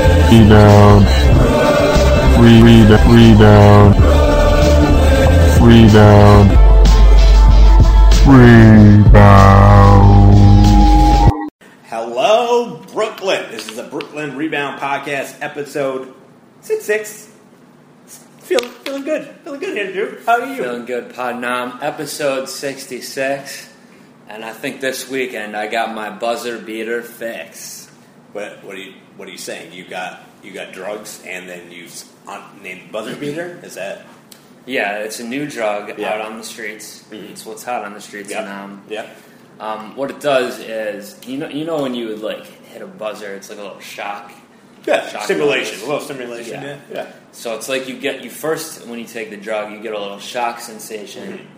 Rebound. Re- re- rebound. Rebound. Rebound. Hello, Brooklyn. This is the Brooklyn Rebound Podcast, episode six six. Feeling feeling good, feeling good here, Drew. How are you? Feeling good, Podnam. Episode 66. And I think this weekend I got my buzzer beater fix. What, what are you What are you saying? You got you got drugs, and then you s- un- named buzzer beater. Is that Yeah, it's a new drug Yeah. out on the streets. It's what's hot on the streets now. Yep. Um, what it does is, you know, you know when you would like hit a buzzer, it's like a little shock. Yeah. Shock Simulation. noise. A little simulation. Yeah. Yeah. Yeah. So it's like you get you first when you take the drug, you get a little shock sensation,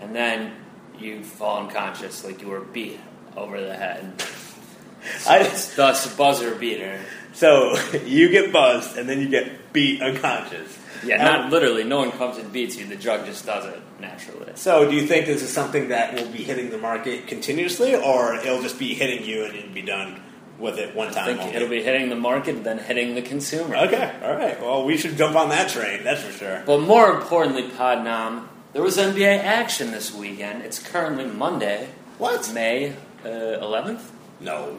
and then you fall unconscious like you were beat over the head. I just, It's thus buzzer beater. so you get buzzed, and then you get beat unconscious. Yeah, Um, not literally. No one comes and beats you. The drug just does it naturally. So, do you think this is something that will be hitting the market continuously, or it'll just be hitting you and you'll be done with it one time? I think only? it'll be hitting the market, then hitting the consumer. okay. All right. Well, we should jump on that train. That's for sure. But more importantly, Podnam, there was NBA action this weekend. It's currently Monday, What? May uh, eleventh. No.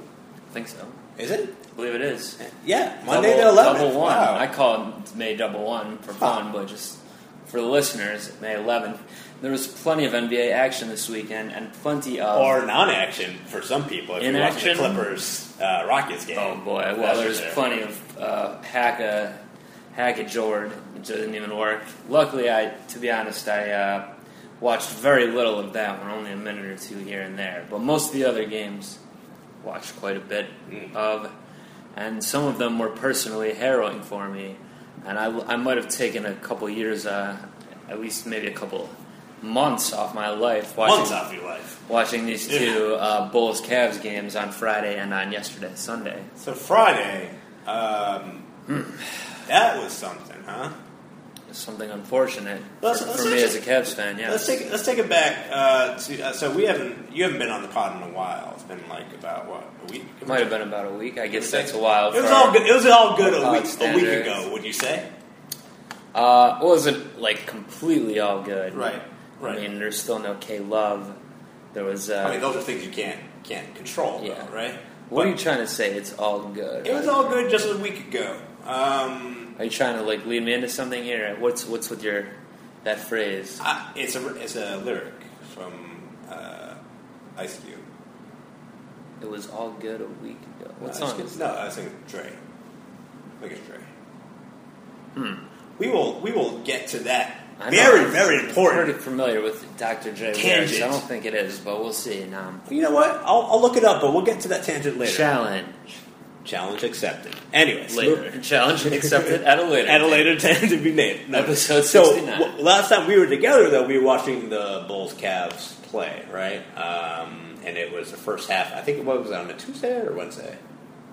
I think so. Is it? I believe it is. Yeah. Monday double, the eleventh. Double one. Wow. I call it May double one for fun, but just for the listeners, May eleventh. There was plenty of NBA action this weekend, and plenty of or non-action for some people. If Inaction? you watch the Clippers uh, Rockets game. Oh boy! Well, That's for there's sure. plenty of uh, hack a hack a Jord. It doesn't even work. Luckily, I to be honest, I uh, watched very little of that one. Only a minute or two here and there. But most of the other games, watched quite a bit of, and some of them were personally harrowing for me. And I, I might have taken a couple years, uh, at least maybe a couple months off my life watching Months off your life. watching these two uh, Bulls Cavs games on Friday and on yesterday Sunday. So Friday. Um, Hmm. that was something, huh? something unfortunate for, Let's- let's for me as actually- a Cavs fan. Yeah, Let's take let's take it back uh, to uh, so we haven't you haven't been on the pod in a while. It's been like about what a week. it might have been about a week. I guess Give or that's a while. It was for- all good. It was all good a Pod week a week standards. ago. Would you say? Uh, it wasn't like completely all good. Right, right. I mean, there's still no K Love. There was. Uh, I mean, those are things you can't can't control, though, Yeah. right? what are you But trying to say? It's all good. it was all good just a week ago. Um, Are you trying to like lead me into something here? What's what's with your that phrase? I, it's a it's a lyric from uh, Ice Cube. It was all good a week ago. What No, song it's- is that? Uh, No, I think it's Dre. I think it's Dre. We will we will get to that. Hmm. I know. Very very I'm important. pretty familiar with Dr. J. lyrics. Tangent. I don't think it is, but we'll see. Now, You know what? I'll, I'll look it up, but we'll get to that tangent later. challenge Challenge accepted. Anyways, later. Challenge accepted at a later. at a date. later time to be named. No. Episode So 69. w- last time we were together, though, we were watching the Bulls Cavs play, right? Um, and it was the first half. I think it was on a Tuesday or Wednesday.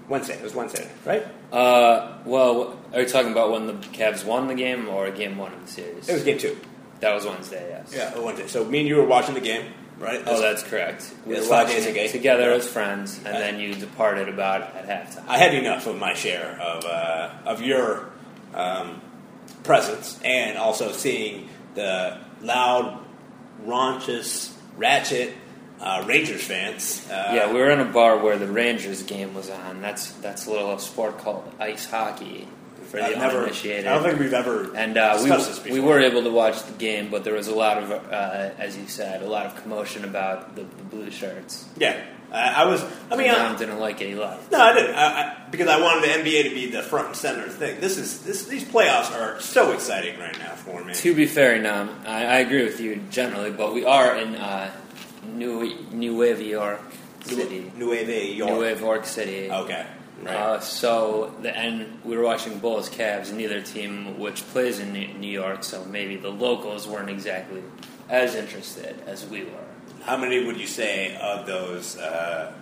Wednesday. It was Wednesday, right? Uh, well, are you talking about when the Cavs won the game or game one of the series? It was game two. that was Wednesday, yes. Yeah, it was Wednesday. So me and you were watching the game, right? Oh, that's correct. We It's were five watching days it ago. together Yeah. as friends, and Yeah. then you departed about at halftime. I had enough of my share of uh, of your um, presence, and also seeing the loud, raunchous, ratchet uh, Rangers fans. Uh, yeah, we were in a bar where the Rangers game was on. That's that's a little sport called ice hockey for the I've never. uninitiated. I don't think we've ever and uh, discussed this we, before. we were able to watch the game, but there was a lot of, uh, as you said, a lot of commotion about the, the blue shirts. Yeah, I, I was. I mean, I, Tom didn't like it. He left. no, I didn't I, I, because I wanted the NBA to be the front and center thing. This is this. These playoffs are so exciting right now for me. To be fair, Nam, I, I agree with you generally, but we are in uh, New Nueva York City, Nueva York. Nueva York City. Okay. Right. Uh, so, the, and we were watching Bulls Cavs, neither team which plays in New New York, so maybe the locals weren't exactly as interested as we were. How many would you say of those uh,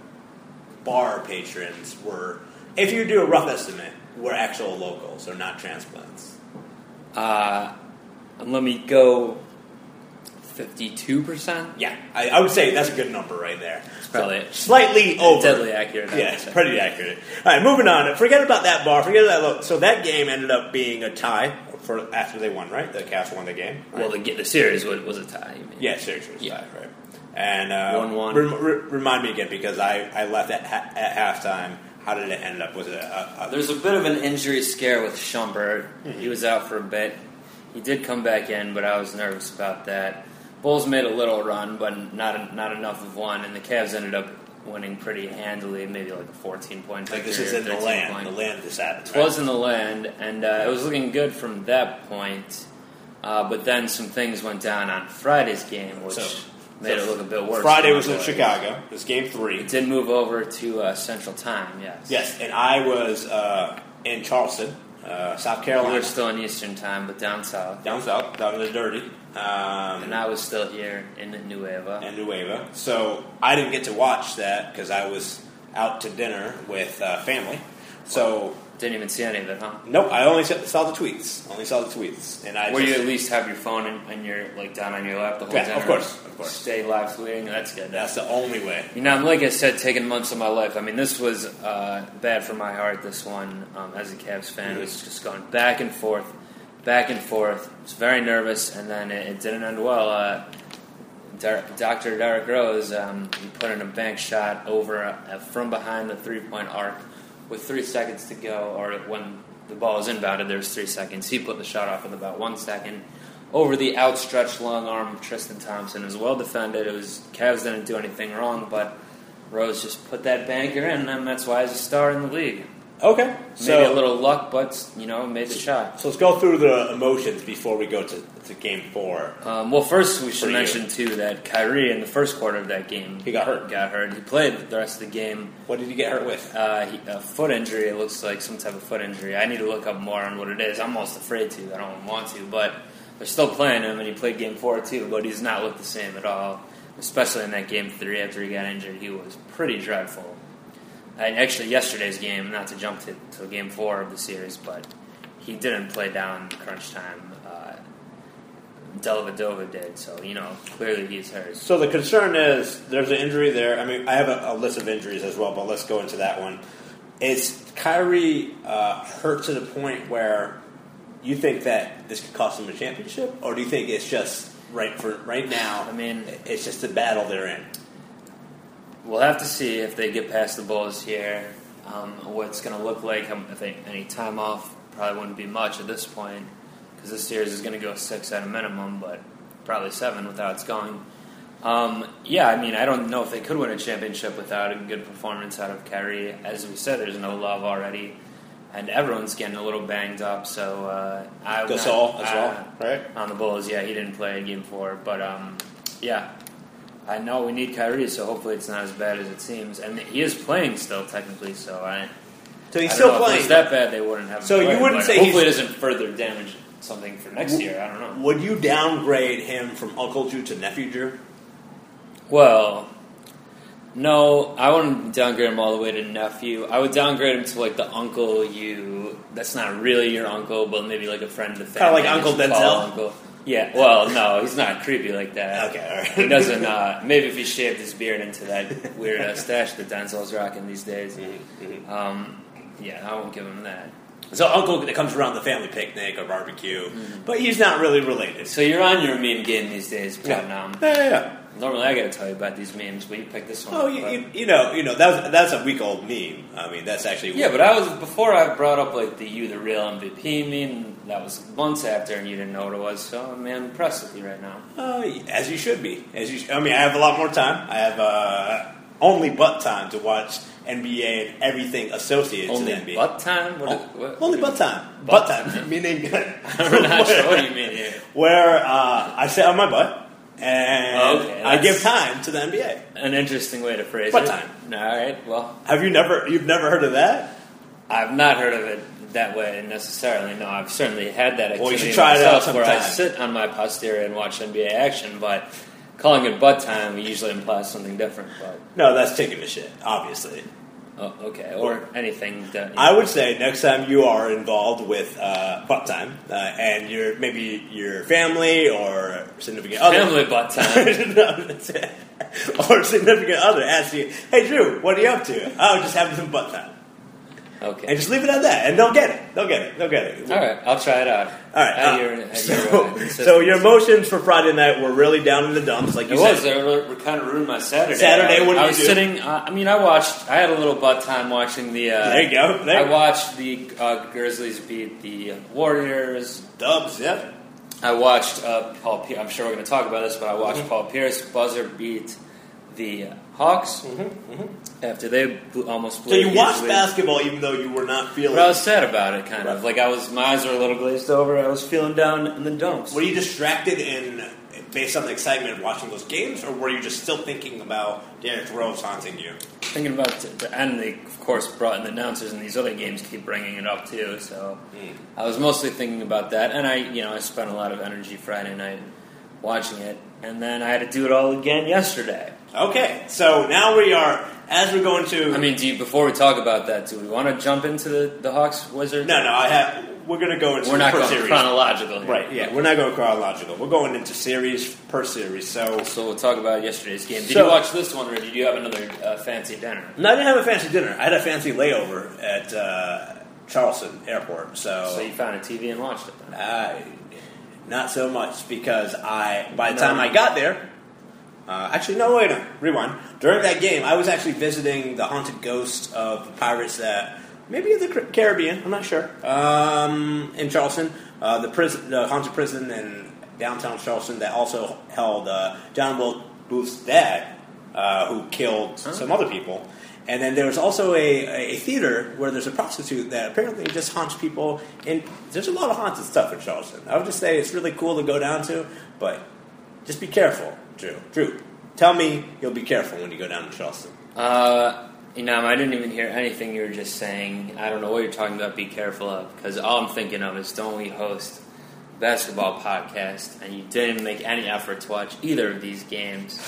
bar patrons were, if you do a rough estimate, were actual locals or not transplants? Uh, and let me go fifty-two percent. Yeah, I, I would say that's a good number right there. It's probably Slightly over. deadly accurate. I would Yeah, it's say. pretty accurate. All right, moving on. Forget about that bar. Forget that look. So that game ended up being a tie for after they won, right? The Cavs won the game. right? Well, the, the series was, was a tie. You mean. yeah, seriously, it was a Yeah. tie, right? And uh, One-one. rem- re- remind me again because I, I left at ha- at halftime. How did it end up? Was it a, a, a There's a bit of an injury scare with Schumberg. Mm-hmm. He was out for a bit. He did come back in, but I was nervous about that. Bulls made a little run, but not not enough of one, and the Cavs ended up winning pretty handily, maybe like a 14 point. like this victory is or in the 13 land, point. the land this happened. It was in the land, and uh, it was looking good from that point. Uh, but then some things went down on Friday's game, which So- made it look a bit worse. Friday than was it in Chicago. It was game three. It did move over to uh, Central Time, yes. Yes, and I was uh, in Charleston, uh, South We Carolina, were still in Eastern Time, but down south. down south, down in the dirty, um, And I was still here in Nueva. and Nueva. So I didn't get to watch that because I was out to dinner with uh, family. So Didn't even see any of it, huh? nope, I only saw saw the tweets. Only saw the tweets, and I Where you just- at least have your phone and, and you're like down on your lap the whole Yeah, time. of course, of course. Stay live tweeting. That's good. that's the only way. You know, and like I said, taking months of my life. I mean, this was uh, bad for my heart. This one, um, as a Cavs fan, it was just going back and forth, back and forth. I was very nervous, and then it, it didn't end well. Uh, Der- Dr. Derek Rose, um, he put in a bank shot over uh, from behind the three point arc with three seconds to go, or when the ball was inbounded, there was three seconds. He put the shot off with about one second over the outstretched long arm of Tristan Thompson. It was well defended. It was Cavs didn't do anything wrong, but Rose just put that banker in, and that's why he's a star in the league. Okay, so Maybe a little luck, but you know, made the shot. so let's go through the emotions before we go to, to game four. Um, well, first we For should you. mention too that Kyrie in the first quarter of that game He got hurt. Got hurt. He played the rest of the game. What did you get hurt with? Uh, he, a foot injury. It looks like some type of foot injury. I need to look up more on what it is. I'm almost afraid to. I don't want to, but they're still playing him, and he played game four too. But he's not looked the same at all, especially in that game three after he got injured. He was pretty dreadful. And actually, yesterday's game, not to jump to, to game four of the series, but he didn't play down crunch time. Uh, Delavadova did, so you know clearly he's hurt. So the concern is there's an injury there. I mean, I have a, a list of injuries as well, but let's go into that one. Is Kyrie uh, hurt to the point where you think that this could cost him a championship, or do you think it's just right for right now? I mean- it's just the battle they're in. We'll have to see if they get past the Bulls here. Um, what it's going to look like. Um, I think any time off probably wouldn't be much at this point because this series is going to go six at a minimum, but probably seven without it's going. Um, yeah, I mean, I don't know if they could win a championship without a good performance out of Kyrie. As we said, there's no love already, and everyone's getting a little banged up. So uh, I would Gasol not- as I- well, right? on the Bulls. Yeah, he didn't play game four, but um, yeah, I know we need Kyrie, so hopefully it's not as bad as it seems. And he is playing still technically, so I. So he's I don't still know, If it playing. was that bad, they wouldn't have. him So you play, wouldn't but say hopefully it doesn't further damage something for next year. I don't know. Would you downgrade him from Uncle Drew to Nephew Drew? Well, no, I wouldn't downgrade him all the way to nephew. I would downgrade him to like the uncle you. That's not really your uncle, but maybe like a friend of the Kinda family. like Uncle just call Denzel? Uncle. Yeah. Well, no, he's not creepy like that. Okay, all right. He doesn't. Uh, maybe if he shaved his beard into that weird uh, stash that Denzel's rocking these days. Um, yeah, I won't give him that. Mm-hmm. So Uncle that comes around the family picnic or barbecue, Mm-hmm. but he's not really related. So you're on your meme game these days, Yeah. Platinum. Yeah, yeah, yeah. Normally, I got to tell you about these memes, but you picked this one. Oh, you, but- you, you know, you know that's that's a week old meme. I mean, that's actually Yeah, but I was before I brought up like the you the real MVP meme. That was months after, and you didn't know what it was. So I'm impressed with you right now. Uh, as you should be. As you, I mean, I have a lot more time. I have uh, only but time to watch NBA and everything associated Only to the NBA. butt time. What, Oh, what, only what- but time. Butt Butt, time, meaning uh, I'm not sure what you mean here. where uh, I sit on my butt and Oh, Okay, I give that's- time to the NBA. An interesting way to phrase Butt it. time. All right. Well, Have you never? You've never heard of that? I've not heard of it that way necessarily. No, I've certainly had that. Activity Well, you should try it out myself where I sometime. sit on my posterior and watch NBA action, but. Calling it butt time usually implies something different, but No, that's taking a shit. Obviously, Oh, okay. Or anything that I would say next time you are involved with uh, butt time, uh, and your maybe your family or significant other, family butt time. No, that's it. or significant other asks you, "Hey, Drew, what are you up to?" Oh, just having some butt time, and Okay. just leave it at that, and they'll get it. They'll get it. They'll get it. All right. I'll try it out. All right. At uh, your- at your, uh, so, insistence. so your emotions for Friday night were really down in the dumps, like you It said. was. It really- it kind of ruined my Saturday. Saturday, I, what did I you was do? sitting. Uh, I mean, I watched. I had a little butt time watching the. Uh, There you go. There you I go. watched the uh, Grizzlies beat the Warriors. Dubs, yeah. I watched uh, Paul. Pe- I'm sure we're going to talk about this, but I watched Mm-hmm. Paul Pierce buzzer beat the Hawks after they blew, almost Mm-hmm, blew. So you a huge watched lead. basketball even though you were not feeling. But I was sad about it, kind of. Right. Like I was, my eyes were a little glazed over. I was feeling down in the dumps. Were you distracted in based on the excitement of watching those games, or were you just still thinking about Derrick Rose haunting you? thinking about t t- and they of course brought in the announcers and these other games keep bringing it up too so Mm. i was mostly thinking about that and i you know i spent a lot of energy friday night watching it and then i had to do it all again yesterday Okay, so now we are as we're going to. i mean do you before we talk about that do we want to jump into the, the hawks wizard no, no, I have. We're going to go into we're not per going series. chronological here. Right, yeah, we're not going chronological. We're going into series per series. So so we'll talk about yesterday's game did So- you watch this one or did you have another uh, fancy dinner No, I didn't have a fancy dinner. I had a fancy layover at uh, Charleston Airport. so So, you found a tv and watched it then I, not so much because I by the time I got there, uh, actually no wait no rewind. During that game, I was actually visiting the haunted ghost of the pirates that maybe in the Car- Caribbean. I'm not sure. Um, in Charleston, uh, the prison, the haunted prison in downtown Charleston that also held uh, John Will Booth's dad, uh, who killed some other people. And then there's also a, a theater where there's a prostitute that apparently just haunts people. And there's a lot of haunted stuff in Charleston. I would just say it's really cool to go down to, but just be careful, Drew. Drew, tell me you'll be careful when you go down to Charleston. Uh, you know, I didn't even hear anything you were just saying. I don't know what you're talking about. Be careful of because all I'm thinking of is don't we host a basketball podcast? And you didn't make any effort to watch either of these games,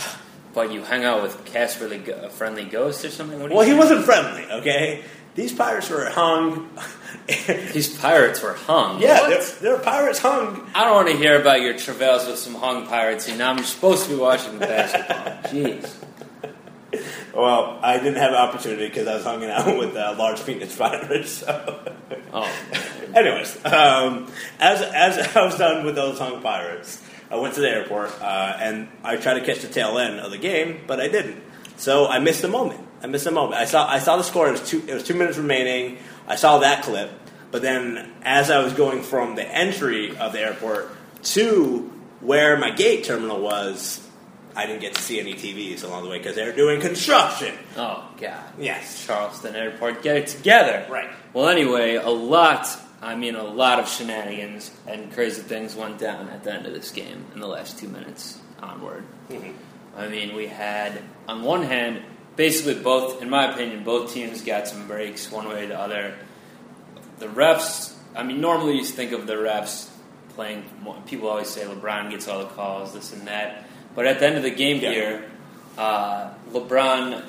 but you hung out with Casper the Go- Friendly Ghost or something. What do you Well, he say? wasn't friendly, okay? These pirates were hung. These pirates were hung. yeah, What? they're, they're pirates hung. I don't want to hear about your travails with some hung pirates. You know, I'm supposed to be watching basketball. Jeez. Well, I didn't have an opportunity because I was hanging out with uh, large penis pirates. So. Oh. Anyways, um, as as I was done with those hung pirates, I went to the airport uh, and I tried to catch the tail end of the game, but I didn't. So I missed a moment. I missed a moment. I saw I saw the score. It was two. It was two minutes remaining. I saw that clip, but then as I was going from the entry of the airport to where my gate terminal was, I didn't get to see any TVs along the way because they were doing construction. Oh God! Yes. Charleston Airport. Get it together. Right. Well, anyway, a lot. I mean, a lot of shenanigans and crazy things went down at the end of this game in the last two minutes onward. Mm-hmm. I mean, we had on one hand, basically both, in my opinion, both teams got some breaks one way or the other. The refs. I mean, normally you think of the refs playing. People always say LeBron gets all the calls, this and that. But at the end of the game Yeah. here, uh, LeBron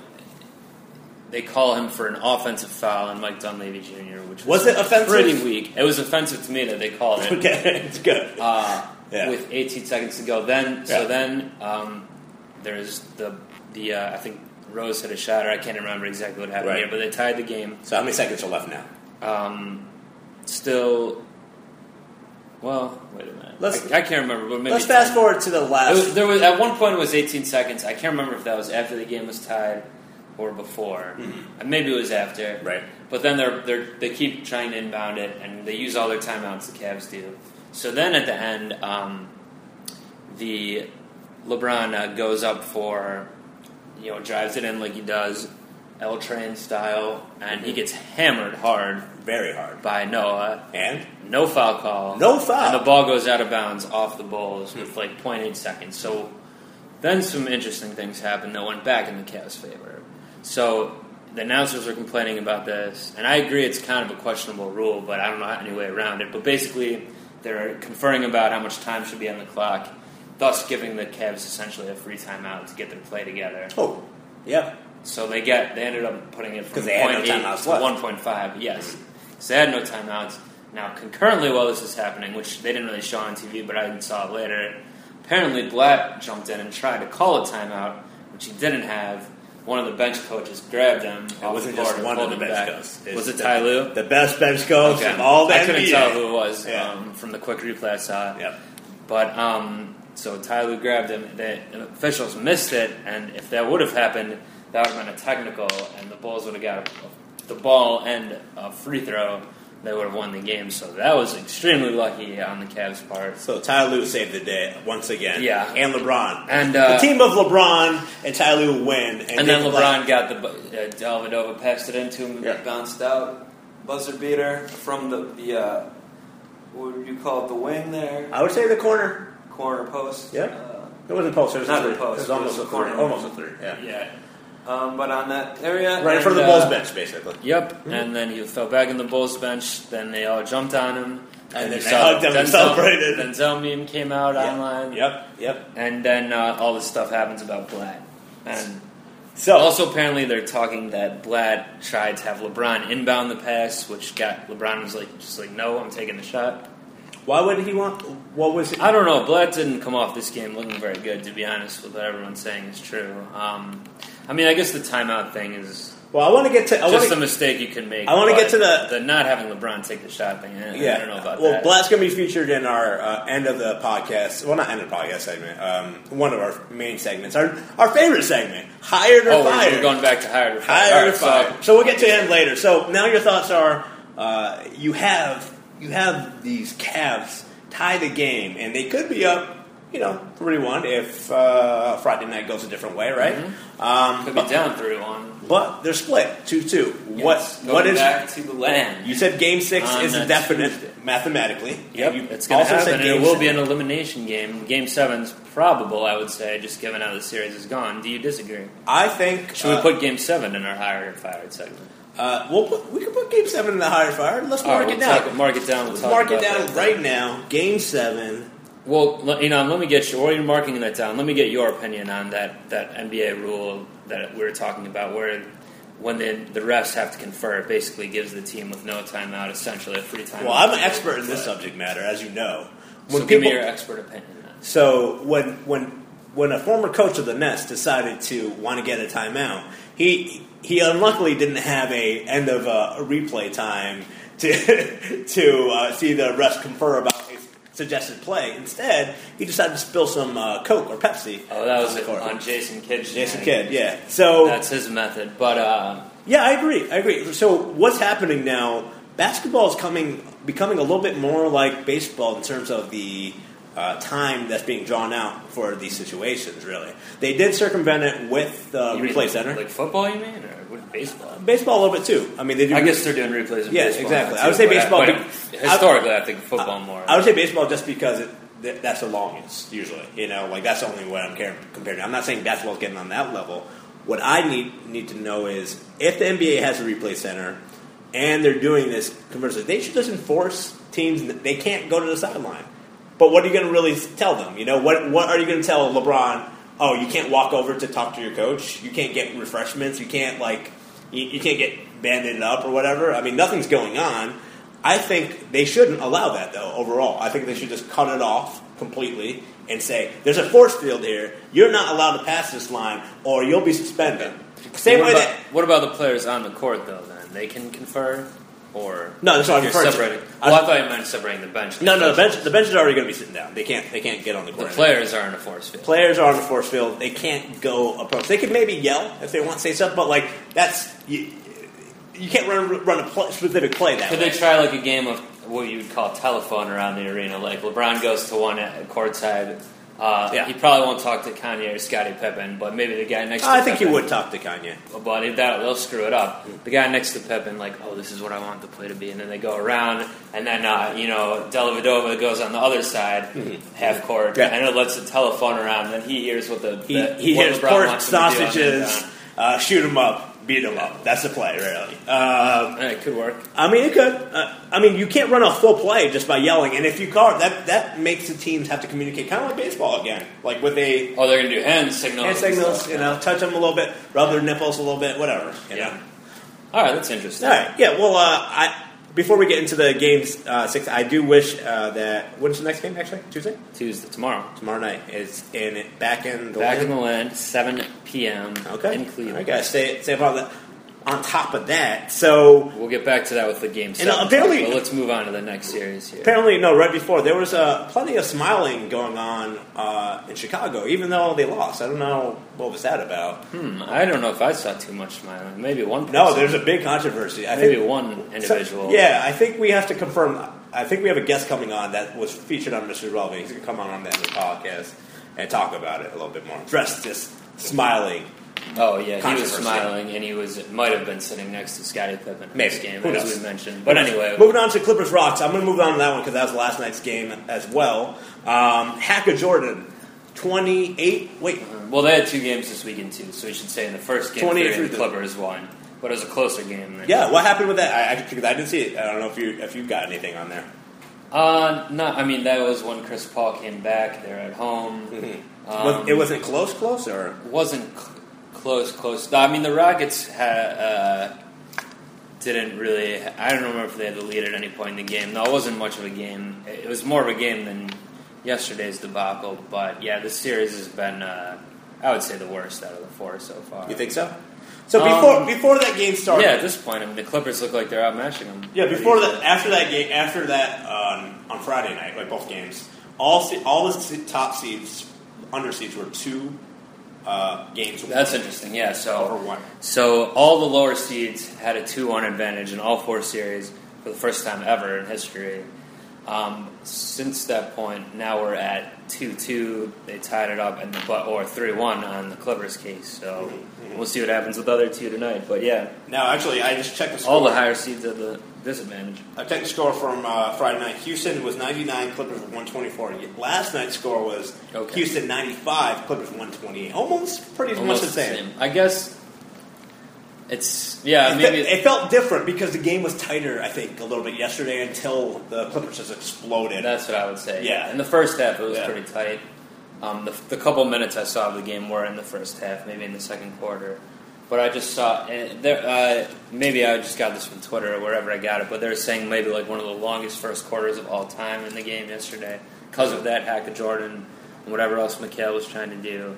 they call him for an offensive foul on Mike Dunleavy Jr., which was, Was it offensive? Pretty weak. It was offensive to me that they called it Okay, it's good. uh, Yeah. with 18 seconds to go. Then Yeah. so then um, there's the the uh, I think Rose hit a shot, or I can't remember exactly what happened Right. here, but they tied the game. so how many seconds are left now? Um, still, well, wait a minute. Let's- I, I can't remember, but maybe Let's fast forward to the It last. was- there was at one point it was 18 seconds. I can't remember if that was after the game was tied or before. Uh, Maybe it was after. Right. But then they're, they're they keep trying to inbound it, and they use all their timeouts. The Cavs do. So then at the end, um, the LeBron uh, goes up for you know drives it in like he does, L Train style, and he gets hammered hard Very hard. by Noah. And No foul call. No foul. Hmm. And the ball goes out of bounds off the Bulls with like 0.8 seconds. So then some interesting things happened that went back in the Cavs' favor. So the announcers were complaining about this, and I agree it's kind of a questionable rule, but I don't know any way around it. But basically, they're conferring about how much time should be on the clock, thus giving the Cavs essentially a free timeout to get their play together. oh, yeah, So they got they ended up putting it from 'Cause they had no 0.8 timeouts to left. 1.5. Yes, so they had no timeouts. Now concurrently, while this is happening, which they didn't really show on TV, but I saw it later. Apparently, Black jumped in and tried to call a timeout, which he didn't have. One of the bench coaches grabbed him. It wasn't just one of the bench coaches. It's Was it the- Ty Lue? The best bench coach Okay. of all the I couldn't NBA. tell who it was Yeah. um, from the quick replay I saw. Yep. But um, so Tyloo grabbed him. The officials missed it, and if that would have happened, that would have been a technical, and the Bulls would have got a, the ball and a free throw. They would have won the game. So that was extremely lucky on the Cavs' part. So Ty Lue saved the day once again. Yeah. And LeBron. And, uh, the team of LeBron and Ty Lue win. And, And then they- LeBron got the bu- uh, Dellavedova passed it into him, Yeah. Bounced out. Buzzer beater from the, the uh, what would you call it, the wing there? I would say the corner. Corner post. Yeah. Uh, It wasn't post. It was Not a three. the post, It was it almost was a the three. corner. Almost a three. Yeah. yeah. um, but on that area. Right in front of and, the Bulls uh, bench, basically. Yep, and then he fell back in the Bulls bench. Then they all jumped on him, And then they you saw hugged him and Denzel- celebrated. Denzel meme came out Yeah. online, Yep. Yep. and then uh, all this stuff happens about Blatt. And So also, apparently, they're talking that Blatt tried to have LeBron inbound the pass, which got LeBron was like, just like, no, I'm taking the shot. why would he want? What was it? I don't know. Blatt didn't come off this game looking very good, to be honest. With what everyone's saying is true. Um, I mean, I guess the timeout thing is Well, I want to get to. I just wanna, a mistake you can make. I wanna but get to the- not having LeBron take the shot thing. I, I don't know about well, that. Blatt's going to be featured in our uh, end of the podcast. Well, not end of the podcast segment. Um, one of our main segments. Our our favorite segment, hired or oh, we're- fired. we're going back to hired or fired. hired or Alright, so- fired. So, we'll get to him later. So now your thoughts are: uh, you have you have these Cavs tie the game, and they could be up. You know, three one if uh, Friday night goes a different way, right? Mm-hmm. Um, Could be down three one. but they're split two two. Yes, what what going is back to the land? You said game six On is a definite mathematically. Uh, Yep, And you it's going to also happen. said And game it will se- be an elimination game. Game seven's probable, I would say, just given how the series is gone. Do you disagree? I think Should uh, we put game seven in our hired or fired segment? Uh, we'll put, we can put game seven in the higher fire. Let's All mark right, it we'll down. talk- mark it down. We'll Let's talk mark it about down that. right now. Game seven. Well, let- you know, let me get your. While you're marking that down, let me get your opinion on that that NBA rule that we were talking about, where when the the refs have to confer, it basically gives the team with no timeout essentially a free timeout. Well, I'm an expert in this subject matter, as you know. So When give me people- your expert opinion. on it. So when when when a former coach of the Nets decided to want to get a timeout, he he unluckily didn't have a end of uh, a replay time to to uh, see the refs confer about his suggested play. Instead, he decided to spill some uh, Coke or Pepsi. Oh, that was on the it court. on Jason Kidd's Jason shenanigans. Kidd. Yeah. So That's his method, but uh, yeah, I agree. I agree. So what's happening now? Basketball is coming, becoming a little bit more like baseball in terms of the uh, time that's being drawn out for these situations. Really, they did circumvent it with the you mean replay Uh, center. like football, you mean, or what, baseball? baseball a little bit too. I mean, they do. I guess they're doing replays. In Yeah, baseball exactly. now, I would too, say but baseball but be- historically, I think football I, more. I would say baseball just because it, th- that's the longest usually. You know, like that's the only way I'm care- compared to. I'm not saying basketball's getting on that level. What I need need to know is if the NBA has a replay center and they're doing this conversely, they should just enforce teams that they can't go to the sideline. But what are you going to really tell them? You know, what what are you going to tell LeBron? Oh, you can't walk over to talk to your coach. You can't get refreshments. You can't like you, you can't get banded up or whatever. I mean, nothing's going on. I think they shouldn't allow that though. Overall, I think they should just cut it off completely and say there's a force field here. You're not allowed to pass this line, or you'll be suspended. Same what way about, that What about the players on the court, though? Then they can confer, or No, that's what I'm you're referring to. separating. I- Well, I, thought you meant separating the bench. no, no, the bench the bench is already going to be sitting down. They can't they can't get on the The court. players are in a force field. players are on the force field. They can't go approach. They can maybe yell if they want to say stuff, but like that's you, you can't run run a pl- specific play that. Could way. they try like a game of what you would call telephone around the arena? Like LeBron goes to one at courtside. Uh, Yeah. He probably won't talk to Kanye or Scottie Pippen, but maybe the guy next. to I think he Pippen- would talk to Kanye. But if that they'll screw it up. The guy next to Pippen, like, oh, this is what I want the play to be, and then they go around, and then uh, you know Dellavedova goes on the other side, half court, Mm-hmm. Yeah. and it lets the telephone around. Then he hears what the He, the- he what hears LeBron pork wants him to do on that sausages. down. Uh, shoot him up. beat him up. That's the play, really. Um, Uh, it could work. I mean, it could. Uh, I mean, you can't run a full play just by yelling, and if you call it, that that makes the teams have to communicate, kind of like baseball again, like with a Oh, they're gonna do hand signals. hand signals, you know, touch them a little bit, rub their nipples a little bit, whatever. You Yeah. know? All right, that's interesting. All right. Yeah. Well, uh, I before we get into the games uh, six, I do wish uh, that when's the next game? Actually, Tuesday, Tuesday tomorrow. tomorrow night is in it back in the Back in land? the land, 7 p.m. okay. in All Cleveland. right, guys. Stay stay up on that. On top of that, so We'll get back to that with the game. seven. apparently- but let's move on to the next series here. apparently, no, right before there was uh, plenty of smiling going on uh, in Chicago, even though they lost. I don't know what was that about. Hmm, I don't know if I saw too much smiling. Maybe one. Person, No, there's a big controversy. I Hmm. maybe think one individual. So- yeah, I think we have to confirm. I think we have a guest coming on that was featured on Mr. Relevant. He's going to come on on the podcast and talk about it a little bit more. Dressed just smiling. Oh yeah, he was Controversy. smiling, and he was might have been sitting next to Scottie Pippen in Maybe. this game, Who as knows? we mentioned. But anyway, Moving on to Clippers Rocks. I'm going to move on to that one because that was last night's game as well. Um, Hacker Jordan, 28. Wait, well, they had two games this weekend too, so we should say in the first game, 28 three, through the the- Clippers won, but it was a closer game. Than yeah, what happened with that? I, I, because I didn't see it. I don't know if you if you've got anything on there. Uh, no, I mean that was when Chris Paul came back. They're at home. Mm-hmm. Was- Um, it wasn't close, close, or wasn't cl- close, close. I mean, the Rockets had, uh, didn't really. I don't remember if they had the lead at any point in the game. No, it wasn't much of a game. It it was more of a game than yesterday's debacle. But yeah, this series has been, uh, I would say, the worst out of the four so far. you think so? So Um, before before that game started, Yeah, at this point, I mean, the Clippers look like they're outmatching them. Yeah, before that, after that game, after that um, on Friday night, like both games, all se- all the se- top seeds, under seeds were two uh, games. That's interesting. Yeah, so Over one. So all the lower seeds had a 2 1 advantage in all four series for the first time ever in history. Um, since that point, now we're at 2 2. They tied it up, and the, but- or 3 1 on the Clippers case. So we'll see what happens with the other two tonight. But yeah, Now, actually, I just checked the score. all the higher seeds at the disadvantage. I checked the score from uh, Friday night. Houston was ninety nine, Clippers were one twenty four. Last night's score was Okay. Houston ninety five, Clippers one twenty eight. Almost pretty Almost much the same. I guess it's, yeah, It, maybe. fe- it felt different because the game was tighter, I think, a little bit yesterday until the Clippers just exploded. That's what I would say. Yeah. In the first half, it was Yeah. pretty tight. Um, the, the couple minutes I saw of the game were in the first half, maybe in the second quarter. But I just saw, and there, uh, maybe I just got this from Twitter or wherever I got it, but they were saying maybe like one of the longest first quarters of all time in the game yesterday because of that hack of Jordan and whatever else Mikhail was trying to do.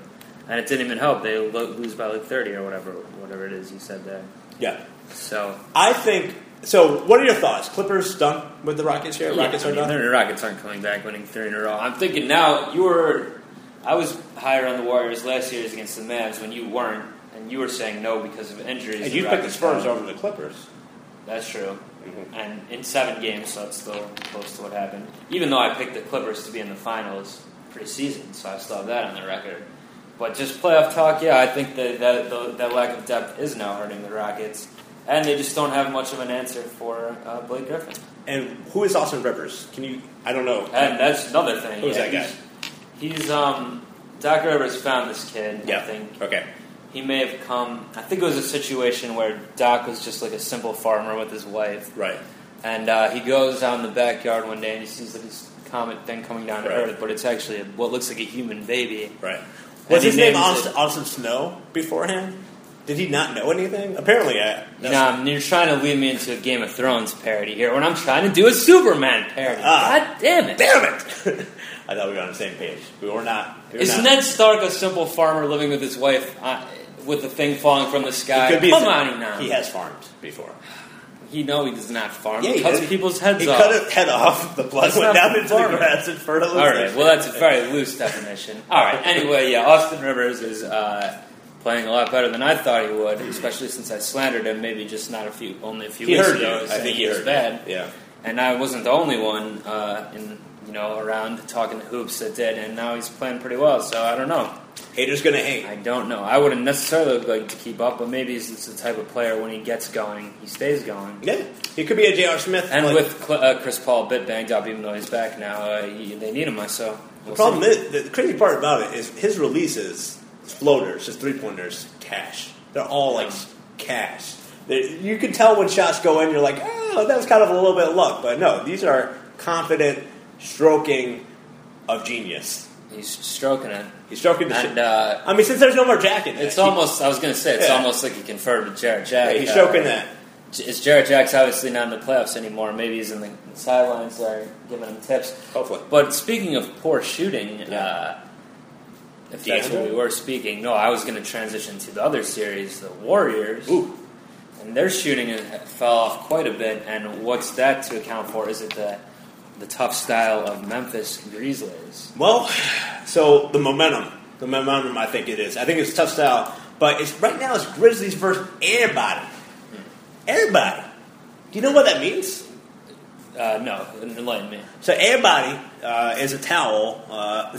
And it didn't even help. They lo- lose by like 30 or whatever, whatever it is you said there. yeah. So, I think. So, what are your thoughts? Clippers done with the Rockets here? Rockets Yeah, I are mean, done. The Rockets aren't coming back winning three in a row. I'm thinking now you were. I was higher on the Warriors last year's against the Mavs when you weren't, and you were saying no because of injuries. And you picked Rockets the Spurs Mm-hmm. won. over the Clippers. That's true. And in seven games, so it's still close to what happened. Even though I picked the Clippers to be in the finals preseason, so I still have that on the record. But just playoff talk, yeah, I think that that, the, that lack of depth is now hurting the Rockets, and they just don't have much of an answer for uh, Blake Griffin. And who is Austin Rivers? Can you? I don't know. And that's another thing. Who's yeah, that guy? He's, he's, um, Doc Rivers found this kid. I Yeah. think Okay. he may have come. I think it was a situation where Doc was just like a simple farmer with his wife, Right. and uh, he goes out in the backyard one day and he sees like this comet thing coming down to Right. Earth, but it's actually a, what looks like a human baby. Right. And Was he his name names Austin, it- Austin Snow beforehand? Did he not know anything? Apparently, I. You know, I mean, you're trying to lead me into a Game of Thrones parody here when I'm trying to do a Superman parody. Ah. God damn it! Damn it! I thought we were on the same page. We were not. We were Is not. Ned Stark a simple farmer living with his wife uh, with a thing falling from the sky? It could be Come some- on, now. He has farmed before. He no, he does not farm. Yeah, he he cuts did. people's heads he off. cut his head off. The blood That's went not down into the farming. grass and fertilized. All right. Well, that's a very loose definition. All right. Anyway, yeah, Austin Rivers is uh, playing a lot better than I thought he would, especially since I slandered him. Maybe just not a few, only a few he weeks heard you. ago. I saying think he he was heard. bad, you. Yeah. and I wasn't the only one uh, in you know around talking to hoops that did. And now he's playing pretty well. So I don't know. Haters gonna hate. I don't know. I wouldn't necessarily like to keep up, but maybe he's just the type of player when he gets going, he stays going. Yeah. He could be a J.R. Smith. And like- with Cl- uh, Chris Paul a bit banged up, even though he's back now, uh, he, they need him. So The problem is, the crazy part about it is his releases, his floaters, his three pointers, cash. They're all like Yeah. cash. They- You can tell when shots go in, you're like, oh, that was kind of a little bit of luck. But no, these are confident stroking of genius. He's stroking it, He's stroking the and shit. uh, I mean, since there's no more jacket, it's he- almost. I was gonna say it's Yeah. almost like he conferred with Jarrett yeah, Jack. he's uh, stroking that. Is Jarrett Jack's obviously not in the playoffs anymore? Maybe he's in the sidelines there giving him tips. Hopefully, But speaking of poor shooting, uh, if that's D'Angelo? what we were speaking, no, I was going to transition to the other series, the Warriors. Ooh. And their shooting has- fell off quite a bit, and what's that to account for? Is it the, the tough style of Memphis Grizzlies? Well, so the momentum, the momentum. I think it is. I think it's tough style, but it's right now. It's Grizzlies versus anybody, everybody. Do you know what that means? Uh, no, enlighten me. So everybody uh, is a towel, uh,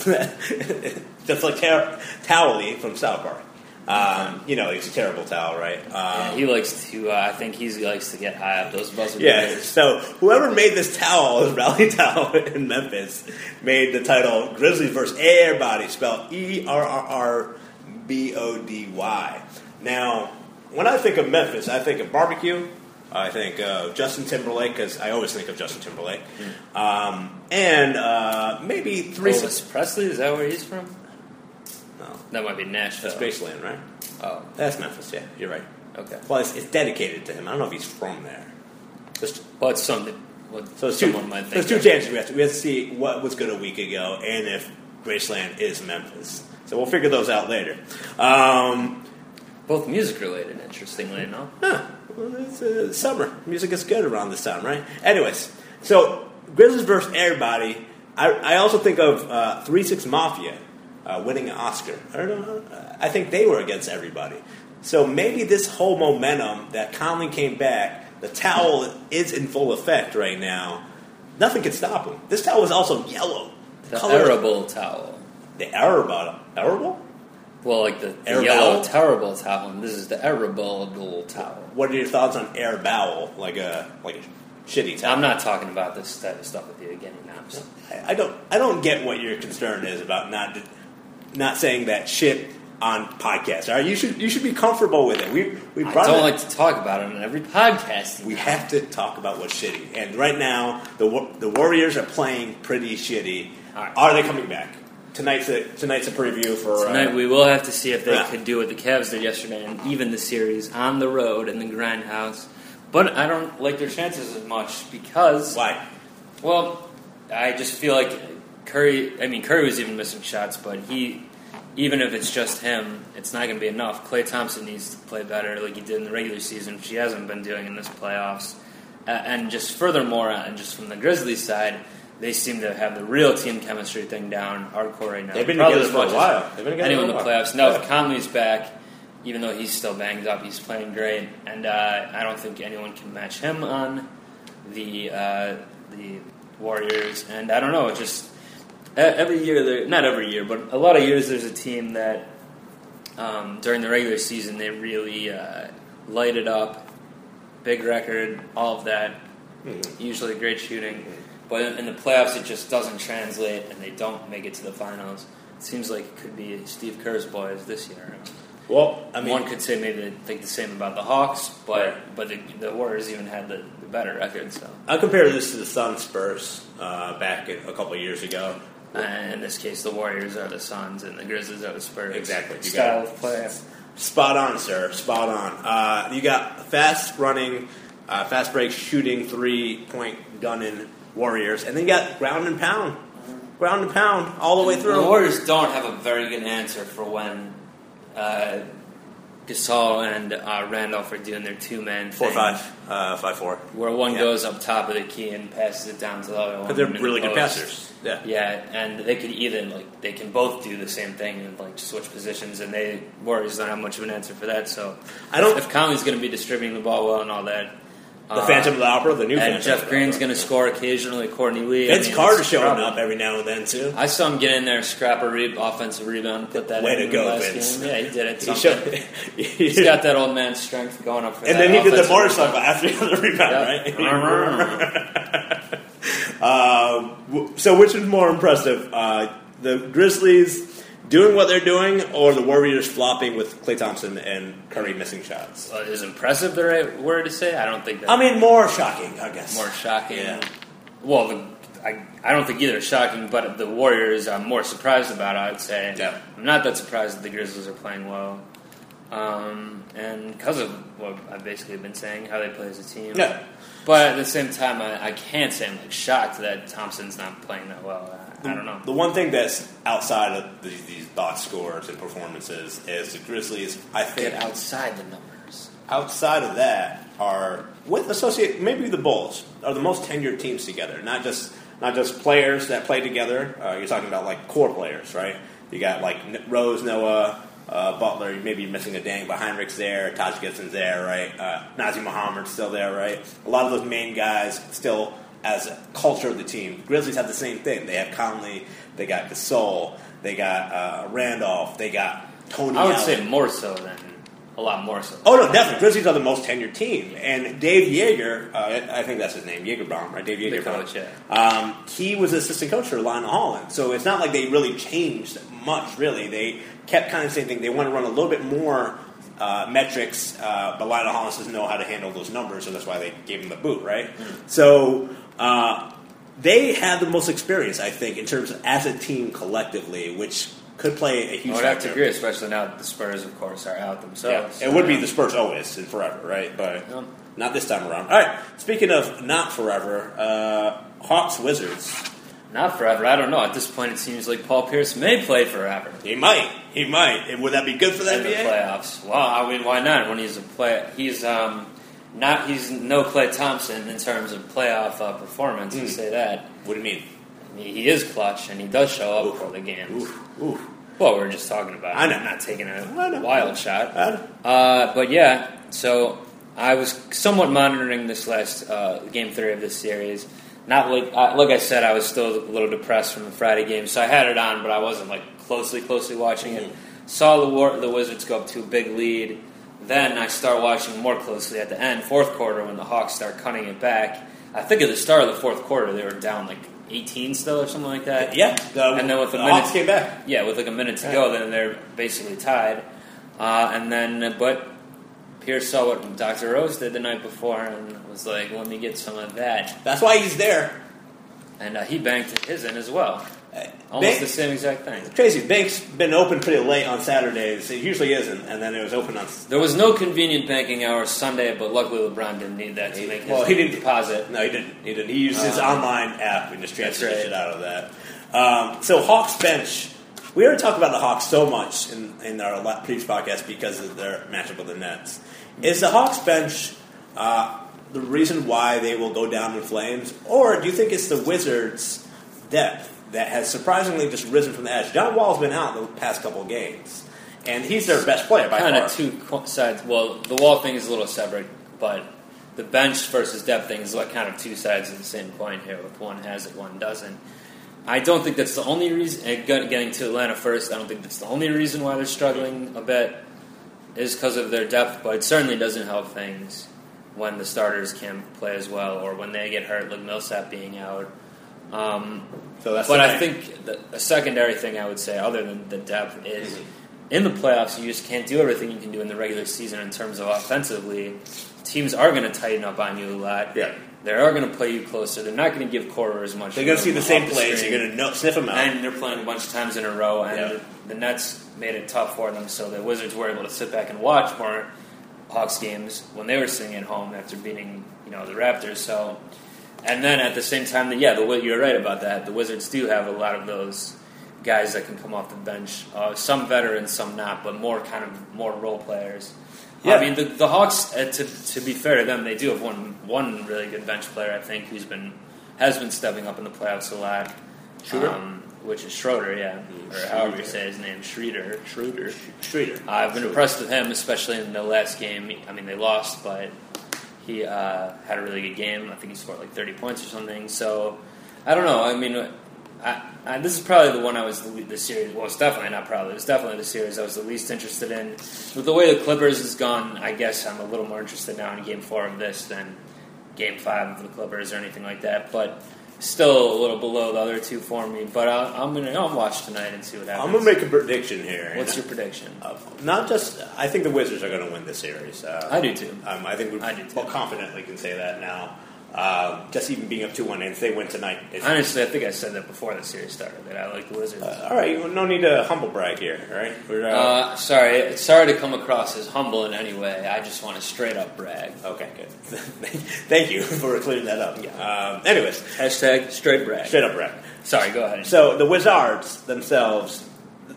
just like ter- Towley from South Park. Um, you know, he's a terrible towel, right? Um, he likes to. Uh, I think he likes to get high up those buzzer Yeah, beaters. so whoever made this towel, this rally towel in Memphis, made the title Grizzlies versus Everybody, spelled E R R R B O D Y. Now, when I think of Memphis, I think of barbecue. I think of Justin Timberlake because I always think of Justin Timberlake, um, and uh, maybe three. Elvis Presley is that where he's from? No, That might be Nashville. that's Graceland, right? Oh, That's Memphis. Yeah, you're right. okay. Well, it's, it's dedicated to him. I don't know if he's from there. Just Well, it's something. What So there's two, someone might think. there's two of. chances we have to we have to see what was good a week ago and if Graceland is Memphis. So we'll figure those out later. Um, Both music related, interestingly enough. huh, well, it's uh, summer music is good around this time, right? Anyways, so Grizzlies versus everybody. I, I also think of uh, Three Six Mafia uh, winning an Oscar. I don't know. uh, I think they were against everybody. So maybe this whole momentum that Conley came back, the towel is in full effect right now. Nothing can stop him. This towel is also yellow. The Color- arable towel. The arable. Arable? Well, like the, the Arable? yellow terrible towel, and this is the arable towel. What are your thoughts on air bowel? Like a like a shitty towel. I'm not talking about this type of stuff with you again. Now. I'm just- I, I don't. I don't get what your concern is about not not saying that shit on podcasts. All right, you should you should be comfortable with it. We we I brought don't it- like to talk about it on every podcast. We have to talk about what's shitty. And right now, the Wa- the Warriors are playing pretty shitty. All right. Are they coming back? Tonight's a, tonight's a preview for Tonight uh, we will have to see if they Yeah. could do what the Cavs did yesterday and even the series on the road in the grindhouse. But I don't like their chances as much because why? Well, I just feel like Curry. I mean, Curry was even missing shots, but he, even if it's just him, it's not going to be enough. Clay Thompson needs to play better, like he did in the regular season, which he hasn't been doing in this playoffs. Uh, and just furthermore, uh, and just from the Grizzlies side, they seem to have the real team chemistry thing down hardcore right now. They've been Probably together as for a much as while. They've been together Anyone for in a the while. playoffs. Now, Yeah. if Conley's back, even though he's still banged up, he's playing great, and uh, I don't think anyone can match him on the uh, the Warriors. And I don't know, it just e- every year, there not every year, but a lot of years, there's a team that um, during the regular season they really uh, light it up, big record, all of that. Usually great shooting, but in, in the playoffs it just doesn't translate, and they don't make it to the finals. It seems like it could be Steve Kerr's boys this year. Well, I One mean, could say maybe they think the same about the Hawks, but Right. but the, the Warriors even had the, the better record. So I compare this to the Sun Spurs uh, back a couple of years ago. uh, in this case, the Warriors are the Suns and the Grizzlies are the Spurs. Exactly. You Style got it. of play. Spot on, sir. Spot on. Uh, you got fast running, uh, fast break shooting, three point gunning warriors, and then you got ground and pound, ground and pound all the way The through. Warriors don't have a very good answer for when uh, Gasol and uh, Randolph are doing their two man Four thing, five, uh, five four. where one Yeah. goes up top of the key and passes it down to the other one. But they're in the really good post. passers. Yeah. Yeah, and they could either like they can both do the same thing and like switch positions, and they Warriors don't have much of an answer for that. So I don't- If Conley's going to be distributing the ball well and all that, uh, The Phantom of the Opera, the new Phantom and of Jeff the Green's Opera. going to score occasionally. Courtney Lee, I Vince mean, Carter it's a showing problem. up every now and then too. I saw him get in there, scrap a re- offensive rebound, put that Way in to the go, last Vince. game. Yeah, he did it. He Something. He's He's got that old man strength going up for and that. then he did the offensive motorcycle after the rebound, Um, rebound. right? Yep. Uh, w- so which was more impressive, uh, the Grizzlies doing what they're doing, or the Warriors flopping with Clay Thompson and Curry missing shots. Uh, is impressive the right word to say? I don't think that's I mean, more shocking, I guess. more shocking. Yeah. Well, the, I, I don't think either is shocking, but the Warriors I'm more surprised about, I would say. Yeah. I'm not that surprised that the Grizzlies are playing well. Um, and because of what I've basically been saying, how they play as a team. Yeah. But at the same time, I, I can't say I'm like shocked that Thompson's not playing that well. I, I don't know. The one thing that's outside of these, these box scores and performances is the Grizzlies. I think Get outside the numbers. outside of that are with associate maybe the Bulls are the most tenured teams together. Not just not just players that play together. Uh, you're talking about like core players, right? You got like N- Rose, Noah, uh, Butler. Maybe you're missing a dang, but Heinrich's there, Taj Gibson's there, right? Uh, Najee Muhammad's still there, right? A lot of those main guys still as a culture of the team. Grizzlies have the same thing. They have Conley, they got Gasol, they got uh, Randolph, they got Tony. I would Allen. say more so than a lot more so. Oh no, definitely. Grizzlies are the most tenured team, and Dave Yeager, uh, I think that's his name, Yeagerbaum, right? Dave The Yeagerbaum. coach, yeah. Um, he was assistant coach for Lionel Holland, so it's not like they really changed much. Really, they kept kind of the same thing. They want to run a little bit more uh, metrics, uh, but Lionel Holland doesn't know how to handle those numbers, so that's why they gave him the boot, right? Hmm. So. Uh, they have the most experience, I think, in terms of as a team collectively, which could play a I huge would have factor. Oh, to agree, especially now that the Spurs, of course, are out Yeah, themselves. it would be the Spurs always and forever, right? But Yeah. not this time around. All right. Speaking of not forever, uh, Hawks Wizards. Not forever. I don't know. At this point, it seems like Paul Pierce may play forever He might. He might. And would that be good for the in the NBA? playoffs. Well, I mean, why not? When he's a play, he's um, not. He's no Clay Thompson in terms of playoff uh, performance. Hmm. You say that. What do you mean? I mean, he is clutch and he does show up Oof. for the games. Oof, oof. Well, we were just talking about. it. I know. I'm not taking I know. a wild shot. I know. Uh, but yeah, so I was somewhat monitoring this last uh, game three of this series. Not like uh, like I said, I was still a little depressed from the Friday game, so I had it on, but I wasn't like closely closely watching it. Saw the war- the Wizards go up to a big lead. Then I start watching more closely at the end, fourth quarter, when the Hawks start cutting it back. I think at the start of the fourth quarter, they were down like 18 still or something like that. Uh, Yeah. The, And then with the Hawks minutes- came back. Yeah, with like a minute to go, then they're basically tied. Uh, and then, but Pierce saw what Dr. Rose did the night before and was like, let me get some of that. That's why he's there. And uh, he banked his in as well. Uh, Almost Ban- the same exact thing. Crazy. Bank's been open pretty late on Saturdays. It usually isn't, and then it was open on. There was no convenient banking hour Sunday, but luckily LeBron didn't need that to make his Well, he didn't- deposit. No, he didn't. He didn't. He used his Um, online app and just transferred that's the right. shit out of that. Um, so Hawks bench. We already talked about the Hawks so much in, in our la- previous podcast because of their matchup with the Nets. Is the Hawks bench uh, the reason why they will go down in flames, or do you think it's the Wizards' depth that has surprisingly just risen from the ash? John Wall's been out the past couple of games, and he's their best player by Kind far. of two co- sides. Well, the wall thing is a little separate, but the bench versus depth thing is like kind of two sides of the same coin here. If one has it, one doesn't. I don't think that's the only reason. and get- Getting to Atlanta first, I don't think that's the only reason why they're struggling a bit is because of their depth, but it certainly doesn't help things when the starters can't play as well or when they get hurt, like Millsap being out. Um, so that's but the I thing. think the, a secondary thing I would say, other than the depth, is in the playoffs you just can't do everything you can do in the regular season in terms of offensively. Teams are going to tighten up on you a lot. Yeah. They are going to play you closer. They're not going to give Corver as much. they're going to see the same plays. plays. You're going to know, sniff them out. And they're playing a bunch of times in a row, and Yeah. the, the Nets made it tough for them, so the Wizards were able to sit back and watch more Hawks games when they were sitting at home after beating you know the Raptors. So, and then at the same time, the, yeah, the, Wi- you're right about that. The Wizards do have a lot of those guys that can come off the bench, uh, some veterans, some not, but more kind of more role players. Yeah. I mean, the, the Hawks. Uh, to, to be fair to them, they do have one one really good bench player, I think, who's been has been stepping up in the playoffs a lot. Schroeder? um, which is Schroeder, yeah, or however you say his name, Schroeder. Schroeder. Schroeder. I've been impressed with him, especially in the last game. I mean, they lost, but he uh, had a really good game. I think he scored like 30 points or something. So I don't know. I mean, I, I, this is probably the one I was the, le- the series. Well, it's definitely not probably. It's definitely the series I was the least interested in. With the way the Clippers has gone, I guess I'm a little more interested now in Game Four of this than Game Five of the Clippers or anything like that. But still a little below the other two for me, but I, I'm gonna I'll watch tonight and see what happens. I'm gonna make a prediction here. and What's your prediction? Uh, not just. I think the Wizards are going to win this series. Uh, I do too. Um, I think we I do, too. well, confidently can say that now. Uh, just even being up two one, and if they win tonight, it's, Honestly, I think I said that before the series started that I like the Wizards. uh, all right. well, No need to humble brag here. All right. We're, uh, Uh, sorry, sorry to come across as humble in any way. I just want to straight up brag. okay. Good. Thank you for clearing that up. Um, anyways, Hashtag straight brag. straight up brag. Sorry, go ahead. So the Wizards themselves,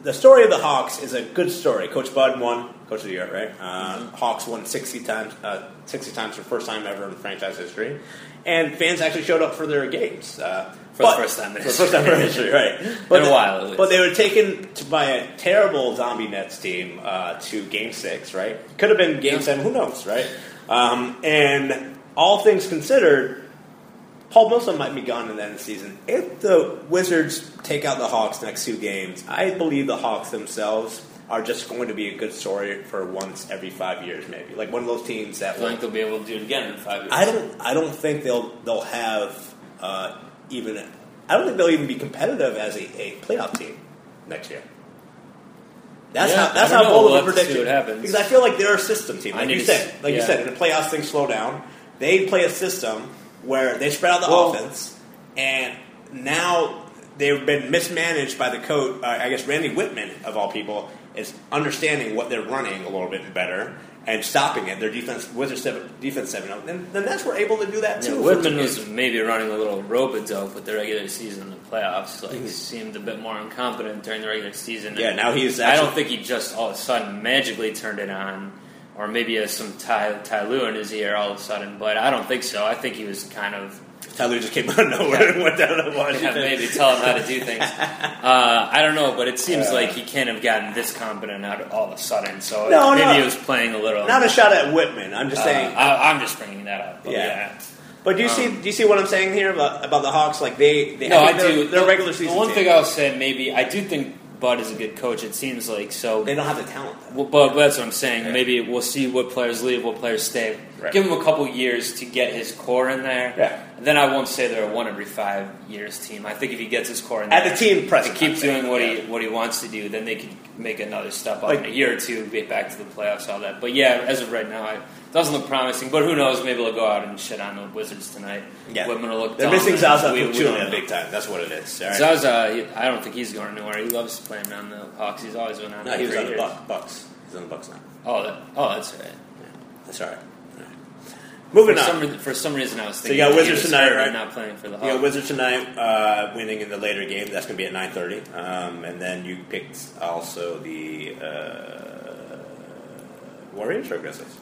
the story of the Hawks is a good story. Coach Bud won Coach of the Year, right? Uh, Mm-hmm. Hawks won sixty times, uh, sixty times for the first time ever in franchise history, and fans actually showed up for their games uh, For the but- first time in For the first time in history, right? In a while, at least. But they were taken to, by a terrible Zombie Nets team uh, to Game Six, right? Could have been Game Seven, who knows, right? Um, and all things considered, Paul Millsap might be gone in the end of the season. If the Wizards take out the Hawks next two games, I believe the Hawks themselves are just going to be a good story for once every five years, maybe. Like one of those teams that I think they'll be able to do it again in five years. I don't. I don't think they'll they'll have uh, even. I don't think they'll even be competitive as a, a playoff team next year. That's Yeah, how. That's I don't how know. bold We'll of a have to see prediction. what happens. Because I feel like they're a system team, I like need you to s- said. Like you yeah. said, in the playoffs things slow down. They play a system where they spread out the Well- offense, and now they've been mismanaged by the coach. Uh, I guess Randy Whitman, of all people, is understanding what they're running a little bit better and stopping it. Their defense, Wizards seven, defense seven, oh, up. and the Nets were able to do that Yeah, too. Whitman was maybe running a little robodope with the regular season and the playoffs. Like, seemed a bit more incompetent during the regular season. yeah. Now he's. I Actually, don't think Mm-hmm. he just all of a sudden magically turned it on, or maybe he has some Ty, Ty Lue in his ear all of a sudden. But I don't think so. I think he was kind of Tyler just came out of nowhere and went down to yeah, Washington. maybe tell him how to do things. Uh, I don't know, but it seems Yeah. like he can't have gotten this competent out all of a sudden. So No, maybe no. he was playing a little. Not a shot at Whitman. I'm just uh, saying. I, I'm just bringing that up. But Yeah. yeah. But do you Um, see? Do you see what I'm saying here about, about the Hawks? Like they, they No, I, think they're, do. They're The- a regular season. The one team. thing I'll say, maybe I do think Bud is a good coach. It seems like so. they don't have the talent. though. Well, but that's what I'm saying. Right. Maybe we'll see what players leave, what players stay. Right. Give him a couple years to get his core in there. Yeah. Then I won't say they're a one every five years team. I think if he gets his core in there, At the team and present, keep I'm saying. doing what Yeah. he what he wants to do, then they could make another step up Like- in a year or two, get back to the playoffs, all that. But yeah, as of right now, it doesn't look promising. But who knows? Maybe they'll go out and shit on the Wizards tonight. Yeah. Whitman will look. They're missing Zaza dominant. We- we don't Pachulia know. big time. That's what it is. All right? Zaza, he- I don't think he's going nowhere. He loves playing on the Hawks. He's always been on. No, them he was for on the years. Buck, Bucks. He's on the Bucks now. Oh, that, oh, that's right. That's all right. All right. Moving For on. some, re- for some reason, I was thinking. you got that he Wizards was tonight, hurt and right? Not playing for the You Hawks. got Wizards tonight, uh, winning in the later game. That's going to be at nine thirty, um, and then you picked also the uh, Warriors or Grizzlies.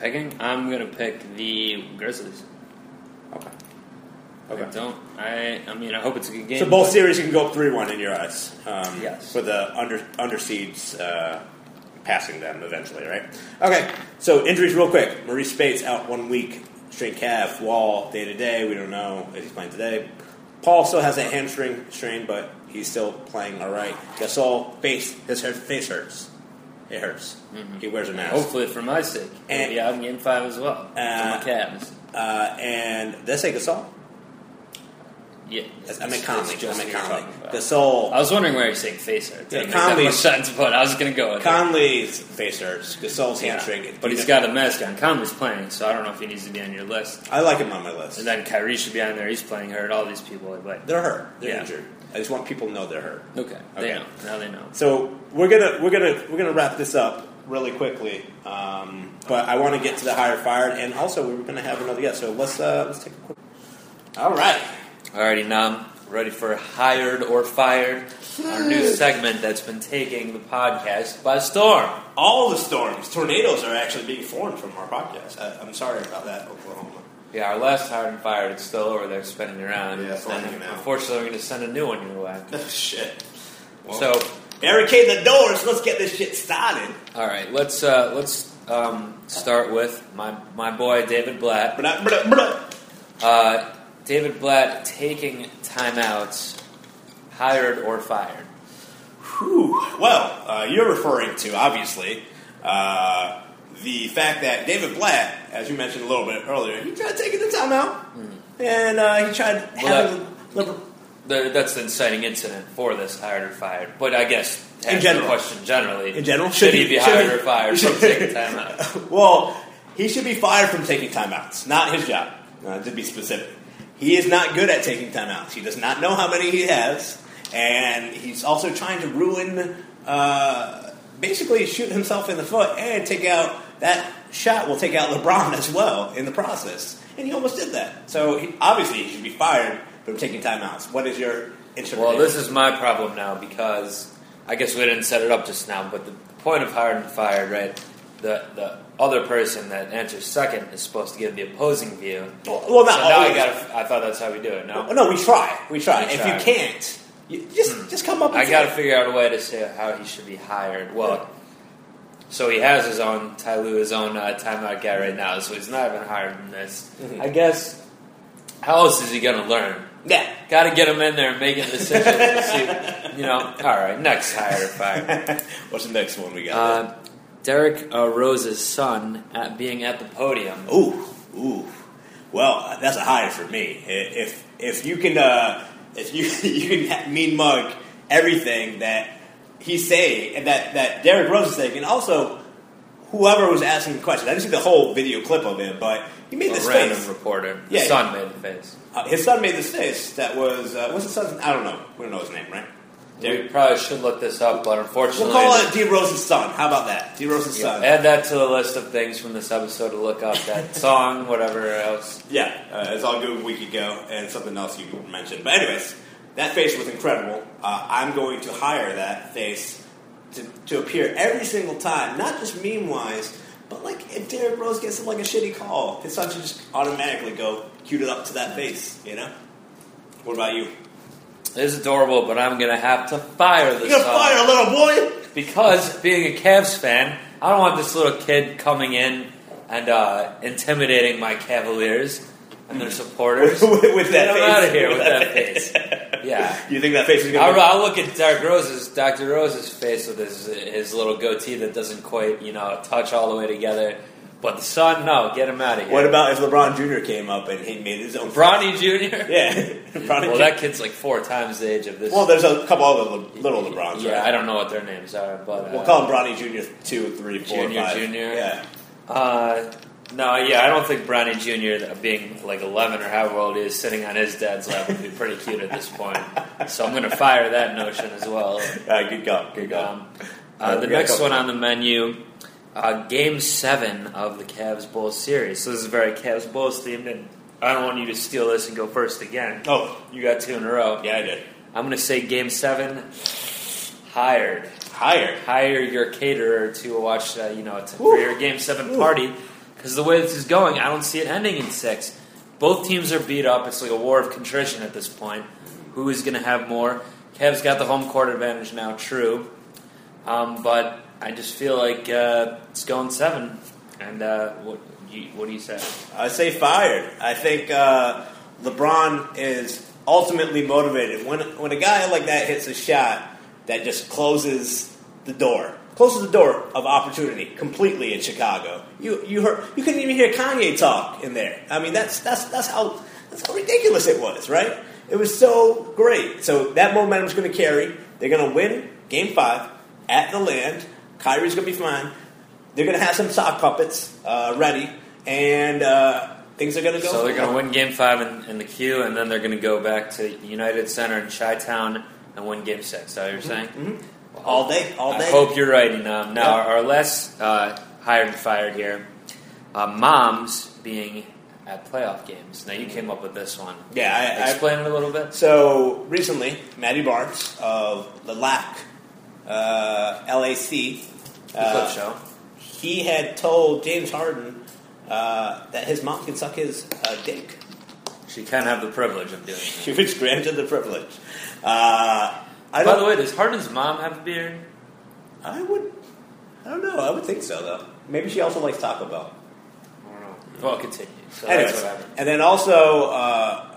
Picking, I'm gonna pick the Grizzlies. Okay. I Okay. don't. I. I mean, I hope it's a good game. So both series can go up three one in your eyes. Um, Yes. For the under underseeds uh, passing them eventually, right? Okay. So injuries, real quick. Maurice Spates out one week, strained calf. Wall day to day. We don't know if he's playing today. Paul still has that hamstring strain, but he's still playing all right. Gasol face his hair- face hurts. It hurts. He wears a mask. Mm-hmm. Hopefully, for my sake, And- maybe I'm game five as well. for Uh, my Cavs. Uh, and they say Gasol. Yeah, I mean it's Conley. I just mean who you're Conley. talking about. Gasol. I was wondering where you're saying face hurt. Yeah, Didn't make that Conley's- much sense, but I was gonna go with it. Conley's face hurts. Gasol's Yeah. hamstring. But he's got a mask on. Conley's playing, so I don't know if he needs to be on your list. I like him on my list. And then Kyrie should be on there. He's playing hurt. All these people, but They're hurt. They're Yeah. injured. I just want people to know they're hurt. okay, Okay. they know now. They know. So we're gonna we're gonna we're gonna wrap this up really quickly. Um, but I want to get to the higher fired, and also we're gonna have another guest. So let's uh, let's take a quick. All right. Alrighty, Nam. Ready for Hired or Fired, our new segment that's been taking the podcast by storm. All the storms, tornadoes are actually being formed from our podcast. I, I'm sorry about that, Oklahoma. Yeah, our last Hired and Fired, it's still over there spinning around. Yeah, it's And hanging out. unfortunately, we're going to send a new one your way. shit. Well, So, barricade the doors. Let's get this shit started. all right, let's uh, let's um, start with my my boy David Blatt. Blah, blah, blah. Uh, David Blatt taking timeouts, hired or fired. Whew. Well, uh, you're referring to, obviously, uh, the fact that David Blatt, as you mentioned a little bit earlier, he tried taking the timeout. and uh, he tried Well, having liber- The, that's the inciting incident for this hired or fired. But I guess to In answer the general. question generally, In general, should, should he he- be should hired he- or fired from taking time out? Well, he should be fired from taking timeouts. Not his job, uh, to be specific. He is not good at taking timeouts. He does not know how many he has, and he's also trying to ruin, uh, basically, shoot himself in the foot and take out that shot will take out LeBron as well in the process. And he almost did that. So he, obviously, he should be fired from taking timeouts. What is your interpretation? Well, this is my problem now because I guess we didn't set it up just now, but the point of hired and fired, right? The the other person that answers second is supposed to give the opposing view. well, well, So not now I always. got. I thought that's how we do it. No, Well, no, we try. We try. We if try. you can't, you just just come up. With I got to figure out a way to say how he should be hired. Well, so he has his own Ty Lue, his own uh, timeout guy right now, so he's not even hired in this. I guess. How else is he going to learn? yeah. Got to get him in there and making decisions. to see, you know, all right, next hire or fire. What's the next one we got? Uh, Derek uh, Rose's son at being at the podium. Uh, ooh, ooh. Well, that's a high for me. I- If if you can uh, if you you can ha- mean mug everything that he's saying and that that Derek Rose is saying, and also whoever was asking the question. I didn't see the whole video clip of it, but he made A this random face. reporter. Yeah. The son made the face. Uh, his son made this face that was uh, what's his son's? I don't know. We don't know his name, right? We probably should look this up, but We'll unfortunately, call it D Rose's son. How about that? D Rose's Yeah, son. add that to the list of things from this episode to look up. That song, whatever else. Yeah, uh, it's all good a week ago, and something else you mentioned. But anyways, that face was incredible. Uh, I'm going to hire that face to, to appear every single time, not just meme wise, but like if Derrick Rose gets like a shitty call, his son should just automatically go cute it up to that face. You know? What about you? It's adorable, but I'm gonna have to fire You this gonna song fire a little boy? because being a Cavs fan, I don't want this little kid coming in and uh, intimidating my Cavaliers and their supporters. with, with that Get them face. out of here with that face. Yeah. You think that face is gonna? I'll, be- I'll look at Derek Rose's Dr. Rose's face with his his little goatee that doesn't quite you know touch all the way together. But the son, no, get him out of here. What about if LeBron Jr. came up and he made his own? Bronny Jr.? Yeah, Bronny Well, James. that kid's like four times the age of this. Well, there's a couple other Le- little LeBrons. yeah, right? I don't know what their names are, but uh, We'll call him Bronny Junior two, three, four, Junior, five. Junior. Yeah, Uh, no, yeah, I don't think Bronny Jr. being like 11 or however old he is, sitting on his dad's lap would be pretty cute at this point. So I'm going to fire that notion as well. uh, good go, good go. Um, uh, We the got a next couple. one on the menu, uh, Game Seven of the Cavs Bulls series. So this is very Cavs Bulls themed, and I don't want you to steal this and go first again. oh, You got two in a row. yeah, I did. I'm going to say Game Seven. Hired, Higher. hire your caterer to watch, uh, you know, to, Woo. for your Game Seven Woo. party. Because the way this is going, I don't see it ending in six. Both teams are beat up. It's like a war of contrition at this point. Who is going to have more? Cavs got the home court advantage now. True. Um, but I just feel like uh, it's going seven. And uh, what, you, what do you say? I say fired. I think uh, LeBron is ultimately motivated. When when a guy like that hits a shot that just closes the door, closes the door of opportunity completely in Chicago. You you heard you couldn't even hear Kanye talk in there. I mean that's that's that's how that's how ridiculous it was, right? It was so great. So that momentum's going to carry. They're going to win Game Five at the Land. Kyrie's going to be fine. They're going to have some sock puppets uh, ready, and uh, things are going to go. So they're going to win Game Five in, in the queue, and then they're going to go back to United Center in Chi-Town and win Game Six. Is that what you're saying? all day, all day. I hope you're right. And um, now Yeah. our, our last uh, hired and fired here, uh, moms being at playoff games. Now you came up with this one. yeah, I, I, Explain it a little bit. So recently, Maddie Barnes of the LAC, uh, LAC, The uh, clip show. he had told James Harden uh, that his mom can suck his uh, dick. She can have the privilege of doing. it. She was granted the privilege. Uh, I By don't. the way, does Harden's mom have a beard? I would. I don't know. I would think so, though. Maybe she also likes Taco Bell. I don't know. Well, continue. So Anyways, that's what happened. and then also, uh,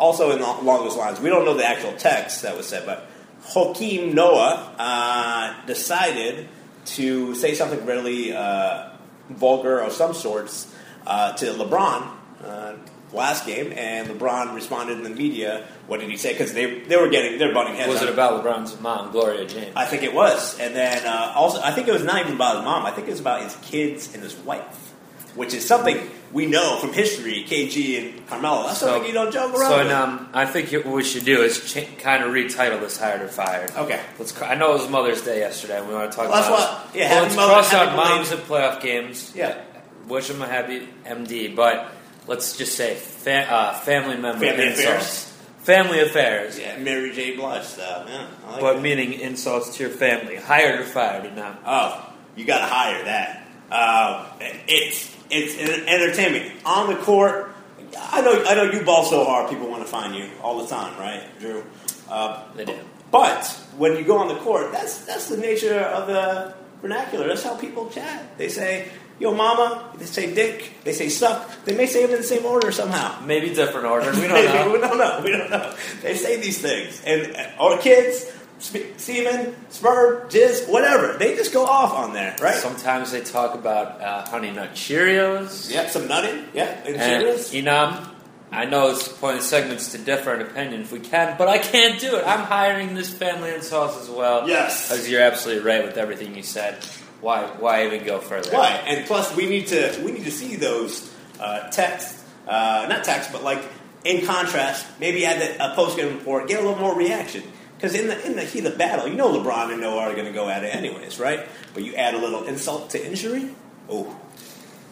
also in, along those lines, we don't know the actual text that was said, but Joaquim Noah uh, decided to say something really uh, vulgar of some sorts uh, to LeBron uh, last game, and LeBron responded in the media. What did he say? Because they they were getting they're butting heads. Was on- it about LeBron's mom, Gloria James? I think it was, and then uh, also I think it was not even about his mom. I think it was about his kids and his wife, which is something we know from history. KG and Carmelo. That's something you don't joke around. So with. um, I think what we should do is ch- kind of retitle this "Hired or Fired." Okay. Let's. cr- I know it was Mother's Day yesterday. and We want to talk Well, that's about. what- it. yeah, well, happy let's Mother- cross out happy moms at playoff games. yeah, Wish them a happy MD, but let's just say fa- uh, family member Family insults. Family affairs, yeah, Mary J. Blige stuff. Yeah, I like but that. meaning insults to your family. Hired or fired, or not. Oh, you got to hire that. Uh, it's it's an entertainment on the court. I know I know you ball so hard, people want to find you all the time, right, Drew? Uh, They do. But when you go on the court, that's that's the nature of the vernacular. That's how people chat. They say "yo, mama," they say "dick," they say "suck." They may say them in the same order somehow. Maybe different order. We don't know. we don't know. We don't know. They say these things, and uh, our kids, sp- semen, sperm, jizz, whatever. They just go off on there, right? Sometimes they talk about uh, Honey Nut Cheerios. yeah, some nutting. Yeah, and And serious. Enam, I know it's the point of segments to differ in opinion if we can, but I can't do it. I'm hiring this family and sauce as well. Yes. Because you're absolutely right with everything you said. Why why even go further? Why? And plus, we need to we need to see those uh, texts, uh, not texts, but like in contrast. Maybe add that, a post game report, get a little more reaction. Because in the in the heat of battle, you know LeBron and Noah are going to go at it anyways, right? But you add a little insult to injury. Oh,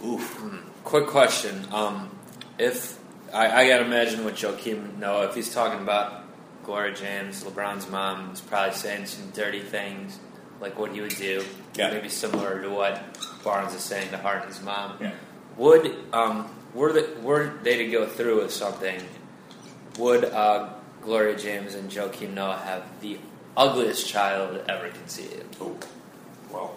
oof. Quick question. Um, if I, I gotta imagine what Joakim Noah, if he's talking about Gloria James, LeBron's mom, is probably saying some dirty things, like what he would do. Yeah. Maybe similar to what Barnes is saying to Harden's mom. Yeah. Would um, were the, were they to go through with something? Would uh, Gloria James and Joakim Noah have the ugliest child ever conceived? Oh, well,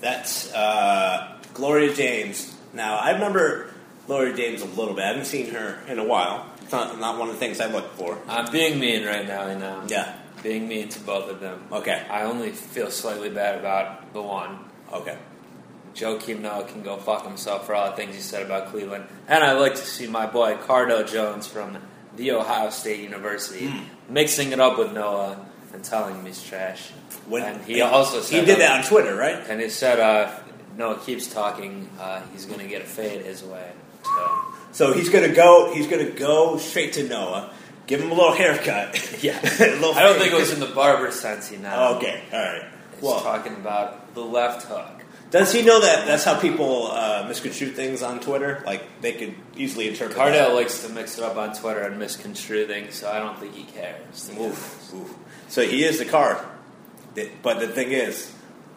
that's uh, Gloria James. Now I remember Gloria James a little bit. I haven't seen her in a while. It's not, not one of the things I look for. I'm being mean right now, you know. Yeah. Being mean to both of them. Okay. I only feel slightly bad about the one. Okay. Joakim Noah can go fuck himself for all the things he said about Cleveland. And I like to see my boy Cardo Jones from the Ohio State University mixing it up with Noah and telling him he's trash. When- and he also said he did on- that on Twitter, right? And he said, uh, Noah keeps talking, uh, he's going to get a fade his way. So So, he's gonna go. He's gonna go straight to Noah. Give him a little haircut. yeah. A little I don't fade. think it was in the barber sense, he now. Okay. All right. He's Well, talking about the left hook. does he know that that's how people uh, misconstrue things on Twitter? Like they could easily interpret. that. Cardell likes to mix it up on Twitter and misconstrue things, so I don't think he cares. Oof, oof. So he is the car. Th- But the thing is,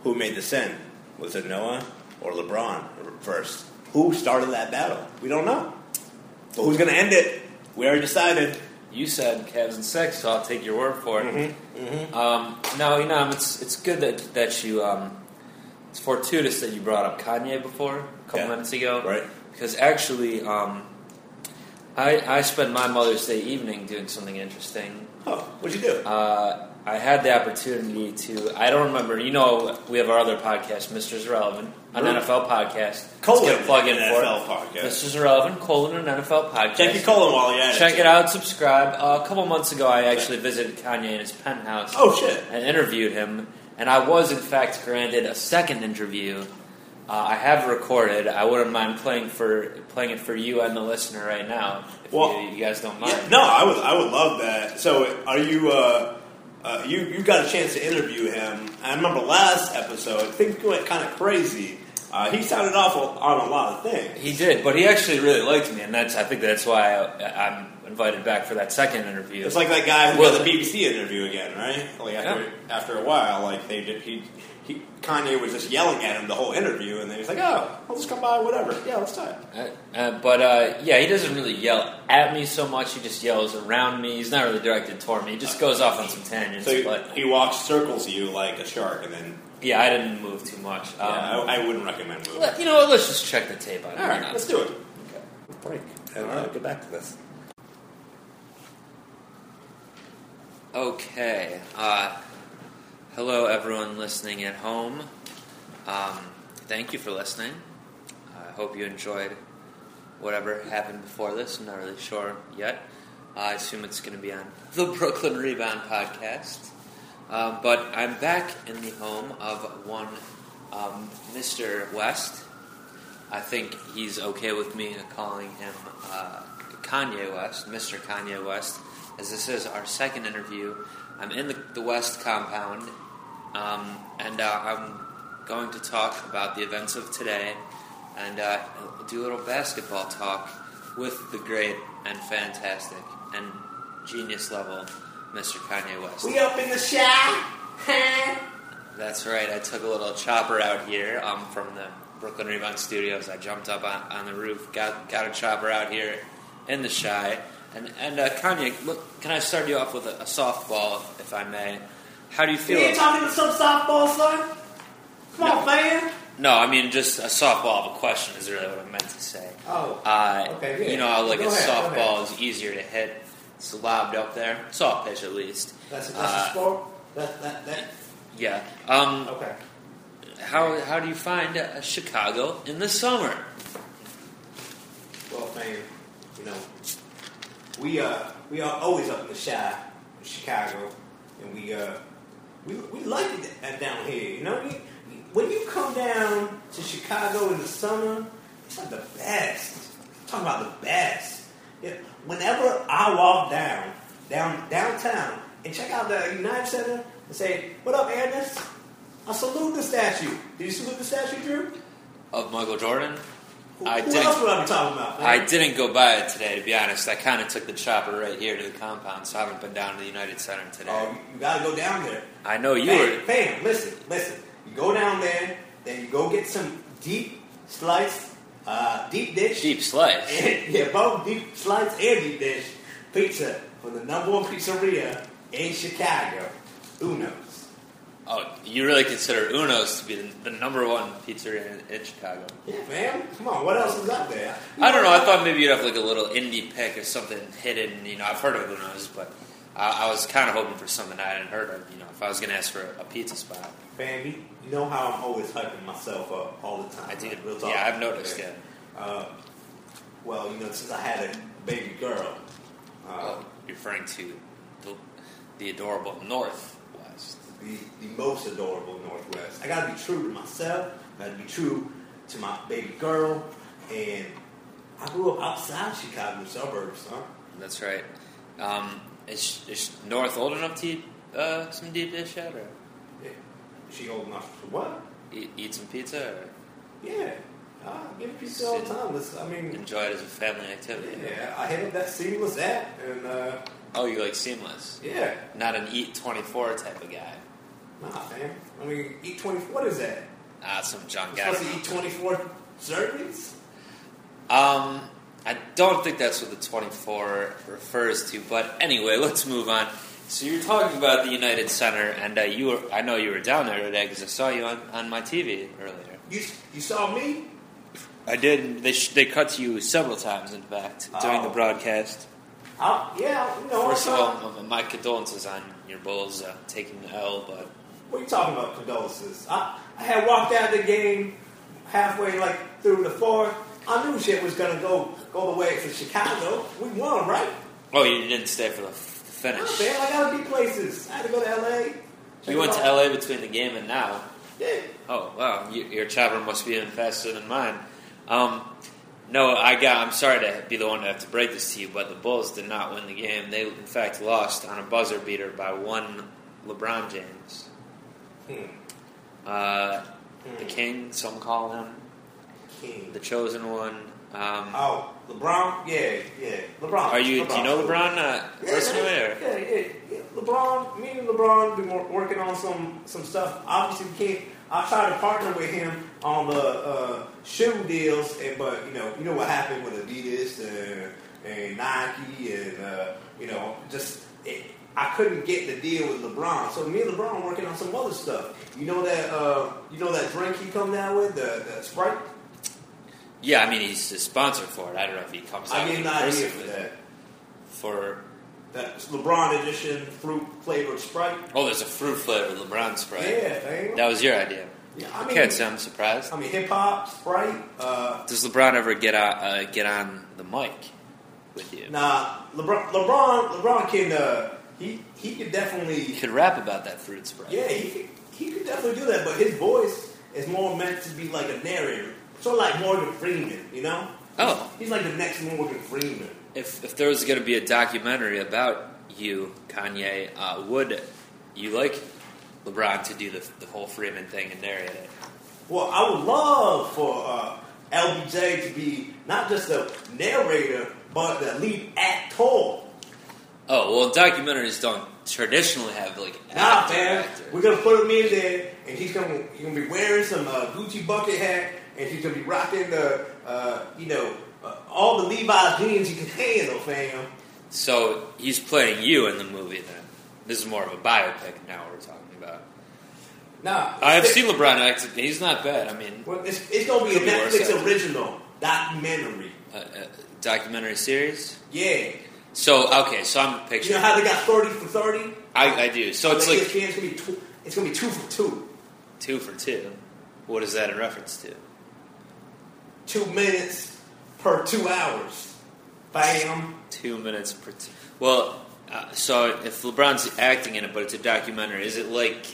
who made the send? Was it Noah or LeBron first? Who started that battle? We don't know. But who's going to end it? We already decided. You said Cavs and six, so I'll take your word for it. Mm-hmm. Um, now, you know, it's it's good that that you um, it's fortuitous that you brought up Kanye before a couple Yeah. minutes ago, Right. Because actually, um, I I spent my Mother's Day evening doing something interesting. Oh, what'd you do? Uh, I had the opportunity to. I don't remember. You know, we have our other podcast, Mister's Irrelevant, an Right. NFL podcast. Colon, Let's get a plug in an for NFL it. podcast. Mister's Irrelevant, colon, an NFL podcast. Check your colon while you're at Check it out. Subscribe. Uh, a couple months ago, I actually visited Kanye in his penthouse Oh, shit. and interviewed him. And I was, in fact, granted a second interview. Uh, I have recorded. I wouldn't mind playing for playing it for you and the listener right now. If Well, you, you guys don't mind. Yeah, no, I would. I would love that. So, are you? Uh, uh, you you got a chance to interview him. I remember last episode. Things went kind of crazy. Uh, he sounded off on a lot of things. He did, but he actually really liked me, and that's I think that's why I, I'm invited back for that second interview. It's like that guy who Well- got the BBC interview again, right? Like after after a while, like they did, he, he Kanye was just yelling at him the whole interview, and then he's like, "Oh, I'll just come by, whatever. Yeah, let's talk." Uh, uh, but uh, yeah, he doesn't really yell at me so much. He just yells around me. He's not really directed toward me. He just goes off on some tangents. So he, but he walks circles you like a shark, and then yeah, I didn't move too much. Um, yeah, I, I wouldn't recommend moving. let- you know what? Let's just check the tape on. it. All Why right, not? let's do it. Break. And All right, get back to this. Okay. Uh, hello, everyone listening at home. Um, thank you for listening. I hope you enjoyed whatever happened before this. I'm not really sure yet. I assume it's going to be on the Brooklyn Rebound podcast. Um, but I'm back in the home of one um, Mr. West. I think he's okay with me calling him uh, Kanye West, Mr. Kanye West, as this is our second interview. I'm in the, the West compound, um, and uh, I'm going to talk about the events of today and uh, do a little basketball talk with the great and fantastic and genius level Mr. Kanye West. We up in the shop. huh? That's right. I took a little chopper out here um, from the Brooklyn Rebound Studios. I jumped up on, on the roof, got got a chopper out here in the shy. And and uh, Kanye, look, can I start you off with a, a softball, if I may? How do you You feel? ain't talking to some softball, son? Come on, man. no, I mean just a softball of a question is really what I meant to say. Oh. Uh, Okay, yeah. You know, like Go a ahead, go softball is easier to hit. It's lobbed up there. Soft pitch, at least. That's, Uh, sport? That, that, that. Yeah. Um, Okay. how how do you find uh, Chicago in the summer? Well, fam, you know, we uh we are always up in the shy, in Chicago, and we uh we we like it da- down here. You know, we, we- when you come down to Chicago in the summer, it's like the best. I'm talking about the best. Yeah, whenever I walk down down downtown and check out the United Center and say, "What up, Ernest?" I salute the statue. Did you salute the statue, Drew? Of Michael Jordan? Who, I who did. else would I be talking about? man? I didn't go by it today, to be honest. I kind of took the chopper right here to the compound, so I haven't been down to the United Center today. Oh, you- you gotta go down there. I know you Bam, were. bam, listen, listen. You go down there, then you go get some deep slice, uh, deep dish. Deep slice. And, yeah, both deep slice and deep dish pizza from the number one pizzeria in Chicago. Uno's. Oh, you really consider Uno's to be the, the number one pizzeria in, in Chicago? Yeah, man. Come on, what else is up there? I don't know. I thought maybe you'd have like a little indie pick or something hidden. You know, I've heard of Uno's, but I, I was kind of hoping for something I hadn't heard of. You know, if I was going to ask for a, a pizza spot, Fam, you you know how I'm always hyping myself up all the time. I did. Like, real talk. Yeah, I've noticed. Yeah. Uh, well, you know, since I had a baby girl, uh, Oh, referring to the, the adorable Northwest. the, the most adorable Northwest. I gotta be true to myself. I gotta be true to my baby girl. And I grew up outside Chicago suburbs, huh? That's right. Um, is, is North old enough to eat uh, some deep dish yet, or Yeah. She old enough for what? eat, eat some pizza, or Yeah. I give pizza all the time. It's, I mean, enjoy it as a family activity? yeah. I hit up that seamless app, and uh, Oh, you like seamless, yeah. not an eat twenty four type of guy. Nah, man. I mean, eat twenty. What is that? Ah, some junk You're guy. supposed to E eat twenty four servings. Um, I don't think that's what the 24 refers to, but anyway, let's move on. So you're talking about the United Center, and uh, you were, I know you were down there today because I saw you on, on my TV earlier. You you saw me? I did. and They, sh- they cut to you several times, in fact, during the Oh. broadcast. I, yeah, you know. I First of saw- all, m- my condolences on your Bulls uh, taking the L, but What are you talking about, condolences? I, I had walked out of the game halfway, like through the fourth. I knew shit was gonna go go the way for Chicago. We won, right? oh, you didn't stay for the, f- the I finish. man, I gotta be places. I had to go to LA. Check You went it to out. LA between the game and now. Yeah. Oh wow, you, your chopper must be even faster than mine. Um, no, I got. I'm sorry to be the one to have to break this to you, but the Bulls did not win the game. They, in fact, lost on a buzzer beater by one LeBron James. Hmm, Uh, The King, some call him King. the Chosen One. Um, Oh, LeBron. Yeah, yeah. LeBron. are you? Do you know LeBron uh, Yeah, personally? Or? yeah, yeah, yeah. LeBron, me and LeBron been wor- working on some some stuff. Obviously, we can't. I tried to partner with him on the uh, shoe deals, and but you know, you know what happened with Adidas and, and Nike, and uh, you know, just it, I couldn't get the deal with LeBron. So me and LeBron working on some other stuff. You know that uh, you know that drink he come down with the, the Sprite. Yeah, I mean he's a sponsor for it. I don't know if he comes out I get an with it idea for personally. that. For That LeBron edition fruit flavored Sprite. oh, there's a fruit flavored LeBron Sprite. Yeah, man. That was your idea. Yeah, I I mean, can't say I'm surprised. I mean, hip hop, Sprite. Uh, Does LeBron ever get on uh, get on the mic with you? nah, LeBron, LeBron, LeBron can. Uh, he he could definitely. You could rap about that fruit spread. Yeah, he could, he could definitely do that, but his voice is more meant to be like a narrator, sort of like Morgan Freeman, you know? Oh. he's like the next Morgan Freeman. If if there was going to be a documentary about you, Kanye, uh, would you like LeBron to do the, the whole Freeman thing and narrate it? Well, I would love for uh, LBJ to be not just the narrator, but the lead actor. Oh well, documentaries don't traditionally have like Nah, actor, man, actor. we're gonna put him in there, and he's gonna he's gonna be wearing some uh, Gucci bucket hat, and he's gonna be rocking the uh, you know uh, all the Levi's jeans he can handle, fam. So he's playing you in the movie. Then this is more of a biopic. Now we're talking about. Nah, I've seen LeBron act. He's not bad. I mean, Well, it's, it's gonna be a Could be worse, Netflix actually. original documentary. a, a documentary series. Yeah, So okay, so I'm you picturing. know how they got thirty for thirty. I, I do. So Oh, it's On like ESPN, it's gonna be two, it's gonna be two for two, two for two. What is that in reference to? two minutes per two hours. Bam. Two minutes per. T- well, uh, so if LeBron's acting in it, but it's a documentary, is it like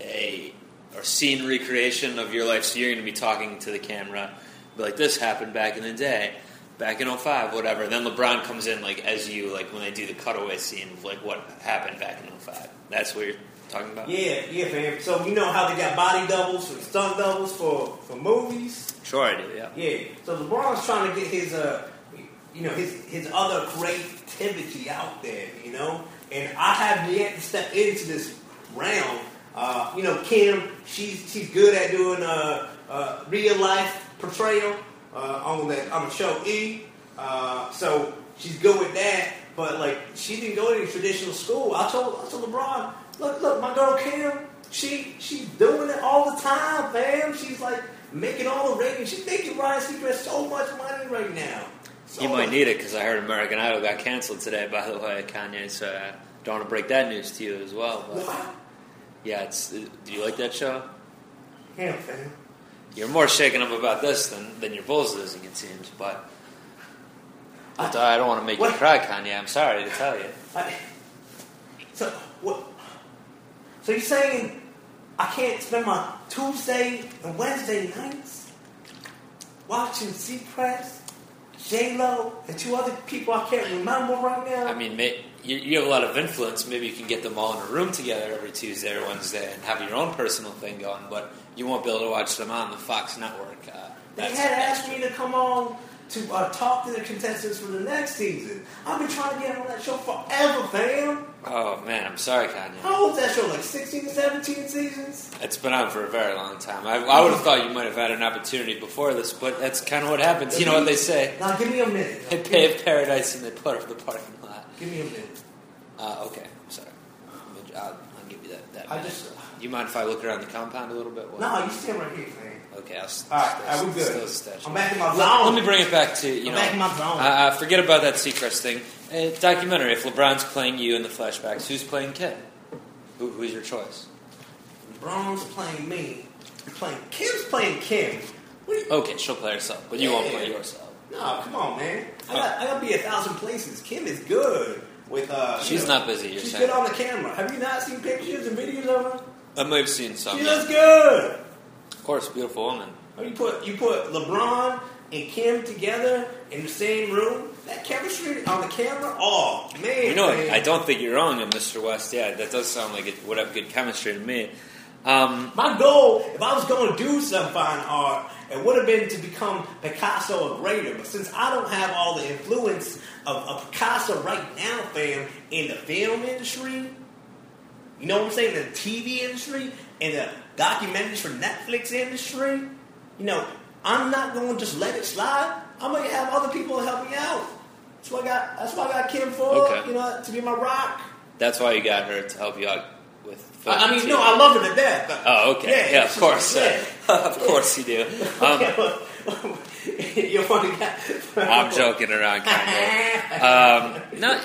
a or scene recreation of your life? So you're going to be talking to the camera, be like, "This happened back in the day, back in 05, whatever." And then LeBron comes in like as you like when they do the cutaway scene of like what happened back in 05. That's what you're talking about. Yeah, yeah, fam. So you know how they got body doubles and stunt doubles for for movies. Sure, I do. Yeah. Yeah. So LeBron's trying to get his uh, you know, his his other creativity out there. You know, and I have yet to step into this realm. Uh, you know, Kim, she's she's good at doing uh, uh, real life portrayal uh, on the on the show E. Uh, so she's good with that. But like, she didn't go to any traditional school. I told I told LeBron, look, look, my girl Kim, she she's doing it all the time, fam. She's like making all the ratings. She's making Ryan Seacrest so much money right now. So You might much- need it because I heard American Idol got canceled today. By the way, Kanye. So I don't want to break that news to you as well. But What? yeah, it's. uh, Do you like that show? Him, fam. You're more shaken up about this than, than your Bulls losing, it seems. But but I don't want to make What? you cry, Kanye. I'm sorry to tell you. I, so what? So you're saying I can't spend my Tuesday and Wednesday nights watching Seacrest, J Lo, and two other people I can't remember right now? I mean, may, you, you have a lot of influence. Maybe you can get them all in a room together every Tuesday or Wednesday and have your own personal thing going. But you won't be able to watch them on the Fox network. Uh, They that's- had that's asked me to come on to uh, talk to the contestants for the next season. I've been trying to get on that show forever, fam. true. Oh man, I'm sorry, Kanye. How old is that show? Like 16 to 17 seasons? It's been on for a very long time. I, I would have thought you might have had an opportunity before this, but that's kind of what happens. You know what they say: Now give me a minute. they pave paradise and they put up the parking lot. Give me a minute. Uh, okay, I'm sorry. I'll, I'll give you that. that I minute. just- You mind if I look around the compound a little bit? What- No, you stand right here, fam. Okay, I'll. s- All right, still- all right, we're still good. statue. I'm back in my Let, zone. let me bring it back to you I'm know. back in my zone. uh, uh, forget about that Seacrest thing. Uh, documentary. If LeBron's playing you in the flashbacks, who's playing Kid? Who, who's your choice? LeBron's playing me. You're Playing Kim's playing Kim. What are you? Okay, she'll play herself, but you won't play Yeah. yourself. No, come on, man. I got I got to be a thousand places. Kim is good with uh. you She's know, not busy. You're She's saying. good on the camera. Have you not seen pictures and videos of her? I may have seen some. She looks good. Of course, beautiful woman. Or You put you put LeBron and Kim together in the same room. That chemistry on the camera, oh man! You know, man. I don't think you're wrong, on Mr. West. Yeah, that does sound like it would have good chemistry to me. Um, My goal, if I was going to do some fine art, it would have been to become Picasso or greater. But since I don't have all the influence of, of Picasso right now, fam, in the film industry, you know what I'm saying? The TV industry and the documentaries for Netflix industry, you know, I'm not going to just let it slide. I'm going to have other people help me out. That's why I got. That's why I got Kim Ford, Okay. you know, to be my rock. that's why you got her to help you out with. Film I, I mean, too. no, I love her to death. but- Oh, okay. Yeah, Yeah, yeah, of course. yeah. of course you do. Um, you want to I'm joking around, kind of. Um, no,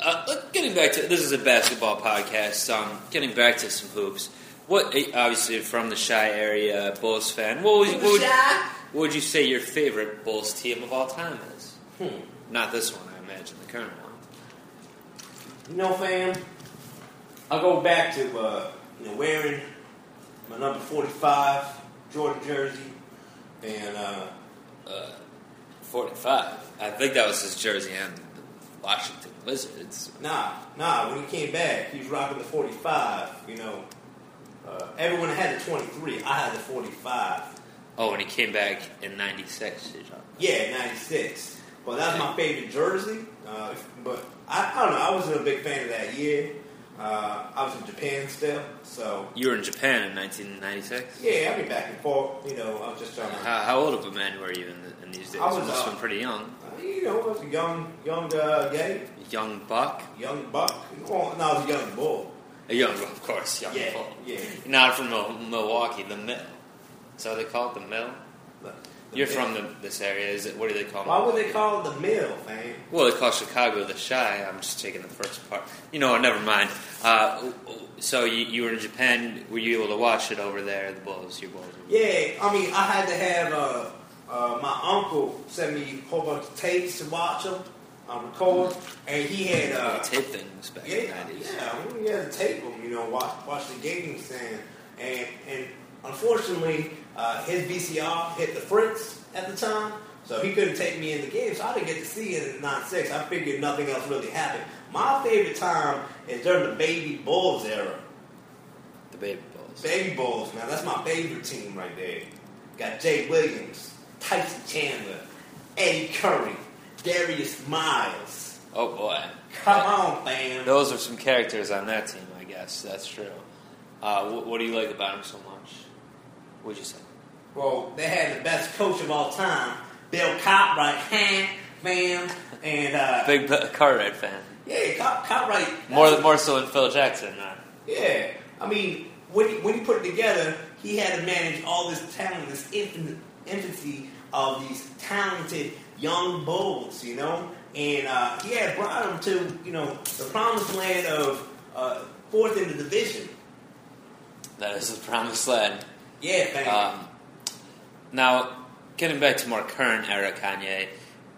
uh, look, getting back to this is a basketball podcast. Um, getting back to some hoops. What eh, obviously from the Shy area Bulls fan? What would, what would, what would you say your favorite Bulls team of all time is? Hmm, Not this one, I imagine the current one. You know, fam, I'll go back to uh, you know, wearing my number 45 Jordan jersey and uh, Forty-five. I think that was his jersey and the Washington Wizards. Nah, nah. When he came back, he was rocking the 45. You know, uh, everyone had the 23. I had the 45. Oh, and he came back in '96. Did you? Yeah, 96. But that was my favorite jersey. Uh, but I, I don't know. I wasn't a big fan of that year. Uh, I was in Japan still, so You were in Japan in 1996. yeah. I've been back and forth. You know, I was just trying to. uh, How, how old of a man were you in, the, in these days? I was, you must have uh, been pretty young. uh, You know, I was a young, young uh, gay, Young buck. young buck. Well, no, I was a young bull. A young, of course, young Yeah, bull. yeah. Not from Mil- Milwaukee, the mill. Is that what they call it, the mill? Look, the You're mill. from the, this area. Is it? What do they call? Why would Milwaukee? they call it the mill, fam? Well, they call Chicago the shy. I'm just taking the first part. You know, what, never mind. Uh, so you, you were in Japan. Were you able to watch it over there? The Bulls, your Bulls. Yeah, I mean, I had to have uh, uh, my uncle send me a whole bunch of tapes to watch them, um, record, and he had uh, tape things back in the yeah, 90s. yeah, we had to tape them, you know, watch watch the games, and and and unfortunately, uh, his VCR hit the Fritz at the time, so he couldn't take me in the game, so I didn't get to see it in '96. I figured nothing else really happened. My favorite time is during the Baby Bulls era. The Baby Bulls. Baby Bulls, man. That's my favorite team right there. Got Jay Williams, Tyson Chandler, Eddie Curry, Darius Miles. Oh boy. Come on, fam. Those are some characters on that team, I guess. That's true. Uh, what, what do you like about them so much? What'd you say? Well, they had the best coach of all time, Bill Cartwright, huh, fam. And, uh, Big B- Cartwright fan. yeah, Cart- Cartwright. More more so than Phil Jackson. Huh? Yeah. I mean, when he, when he put it together, he had to manage all this talent, this infin infancy of these talented young bulls, you know? And uh, he had brought them to, you know, the promised land of uh, fourth in the division. That is the promised land. Yeah, fam. Um, now, getting back to more current era Kanye,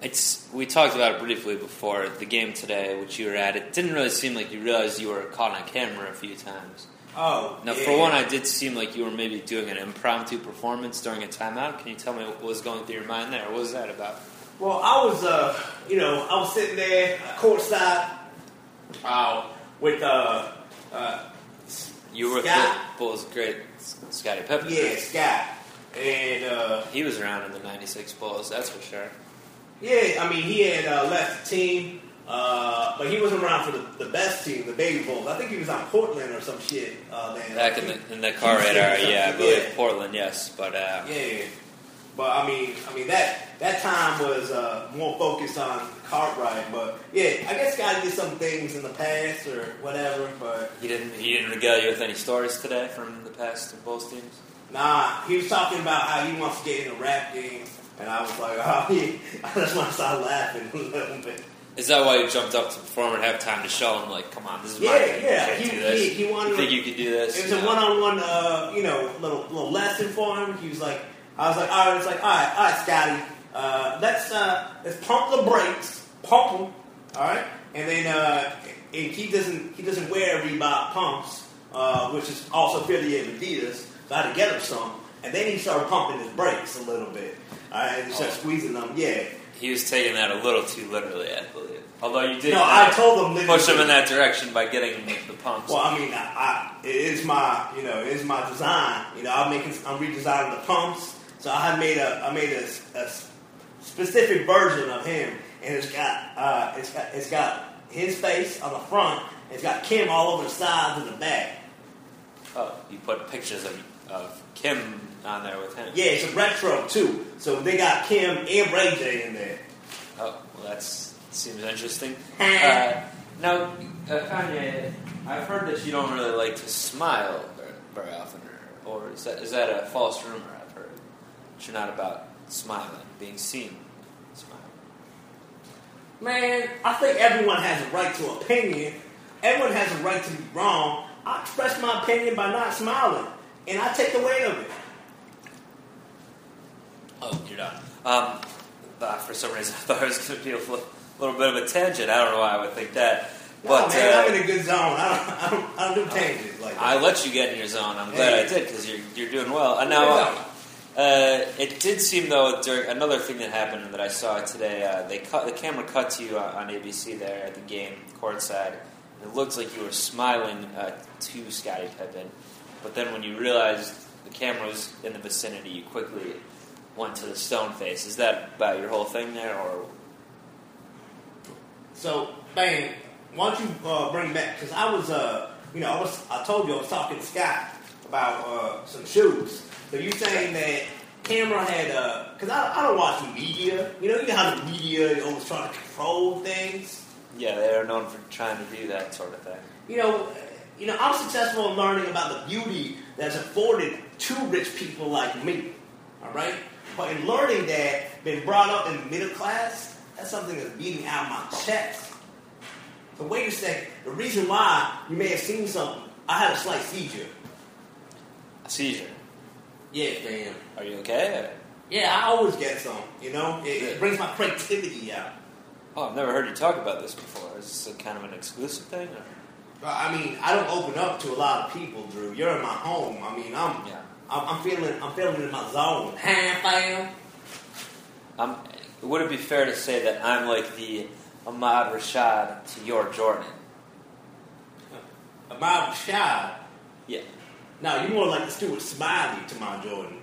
it's we talked about it briefly before the game today, which you were at. It didn't really seem like you realized you were caught on camera a few times. oh, Now, yeah. for one, I did seem like you were maybe doing an impromptu performance during a timeout. Can you tell me what was going through your mind there? What was that about? Well, I was, uh, you know, I was sitting there courtside uh, with, uh, uh, You were Scott. with Bulls great Scotty Pippen. yeah, Scott. And, uh, He was around in the 96 Bulls, that's for sure. Yeah, I mean, he had uh, left the team, uh, but he wasn't around for the, the best team, the Baby Bulls. I think he was on Portland or some shit. Uh, man. Back in the, in the car radar, yeah, I believe Portland, yes. But uh, Yeah, but I mean, I mean that that time was uh, more focused on Cartwright. But yeah, I guess got to do some things in the past or whatever. But He didn't. He didn't regale you with any stories today from the past of both teams. nah, he was talking about how he wants to get in the rap game, and I was like, oh, yeah. I just want to start laughing a little bit. Is that why you jumped up to perform and have time to show him? Like, come on, this is my Yeah, thing. yeah, You can't he- do this. he- he wanted you think to- you could do this? It was a No. one-on-one, uh, you know, little little lesson for him. He was like, I was like, all right, it's like, all right, all right, Scotty, uh, let's uh, let's pump the brakes, pump them, all right, and then uh, and he doesn't he doesn't wear Reebok pumps, uh, which is also affiliated with Adidas, so I had to get him some, and then he started pumping his brakes a little bit, all right, and he started squeezing them, yeah. He was taking that a little too literally, I believe. Although you did No, I told him push him literally- in that direction by getting the, the pumps. Well, I mean, I, I, it is my, you know, it is my design. You know, I'm making, I'm redesigning the pumps. So I had made a, I made a, s- a s- specific version of him, and it's got, uh, it's got, it's got his face on the front. It's got Kim all over the sides and the back. oh, you put pictures of, of Kim on there with him. Yeah, it's a retro too. So they got Kim and Ray J in there. Oh, well, that seems interesting. Uh, now, uh, Kanye, I've heard that you don't really like to smile very, very often, or, or is, that, is that a false rumor I've heard? That you're not about smiling, being seen smiling. Man, I think everyone has a right to opinion. Everyone has a right to be wrong, I express my opinion by not smiling, and I take the weight of it. Oh, you're done. Um, uh, for some reason, I thought it was going to be a little, little bit of a tangent. I don't know why I would think that. But But man, uh, I'm in a good zone. I don't, I don't, I don't do changes like that. I let you get in your zone. I'm glad I Hey. did because you're, you're doing well. And now, uh, uh, it did seem though during another thing that happened that I saw today. Uh, they cut the camera cut to you on, on ABC there at the game courtside. It looked like you were smiling uh, to Scottie Pippen, but then when you realized the camera was in the vicinity, you quickly went to the stone face. Is that about your whole thing there, or So, Bane, why don't you uh, bring back? Because I was, uh, you know, I was, I told you I was talking to Scott about uh, some shoes. So you saying that Cameron had? Because I, I don't watch the media. You know, you know how the media always trying to control things. yeah, they are known for trying to do that sort of thing. You know, uh, you know, I'm successful in learning about the beauty that's afforded to rich people like me. All right, but in learning that, been brought up in the middle class, that's something that's beating out my chest. So wait a second. The reason why you may have seen something, I had a slight seizure. Seizure. Yeah, damn. Are you okay? Yeah, I always get some. You know, it, it brings my creativity out. Oh, I've never heard you talk about this before. Is this a kind of an exclusive thing? Or? But, I mean, I don't open up to a lot of people, Drew. You're in my home. I mean, I'm, Yeah. I'm, I'm feeling, I'm feeling in my zone. Ham fam. Um, would it be fair to say that I'm like the Ahmad Rashad to your Jordan? About Rashad. Yeah. Now you're more like the Stuart Smiley to my Jordan.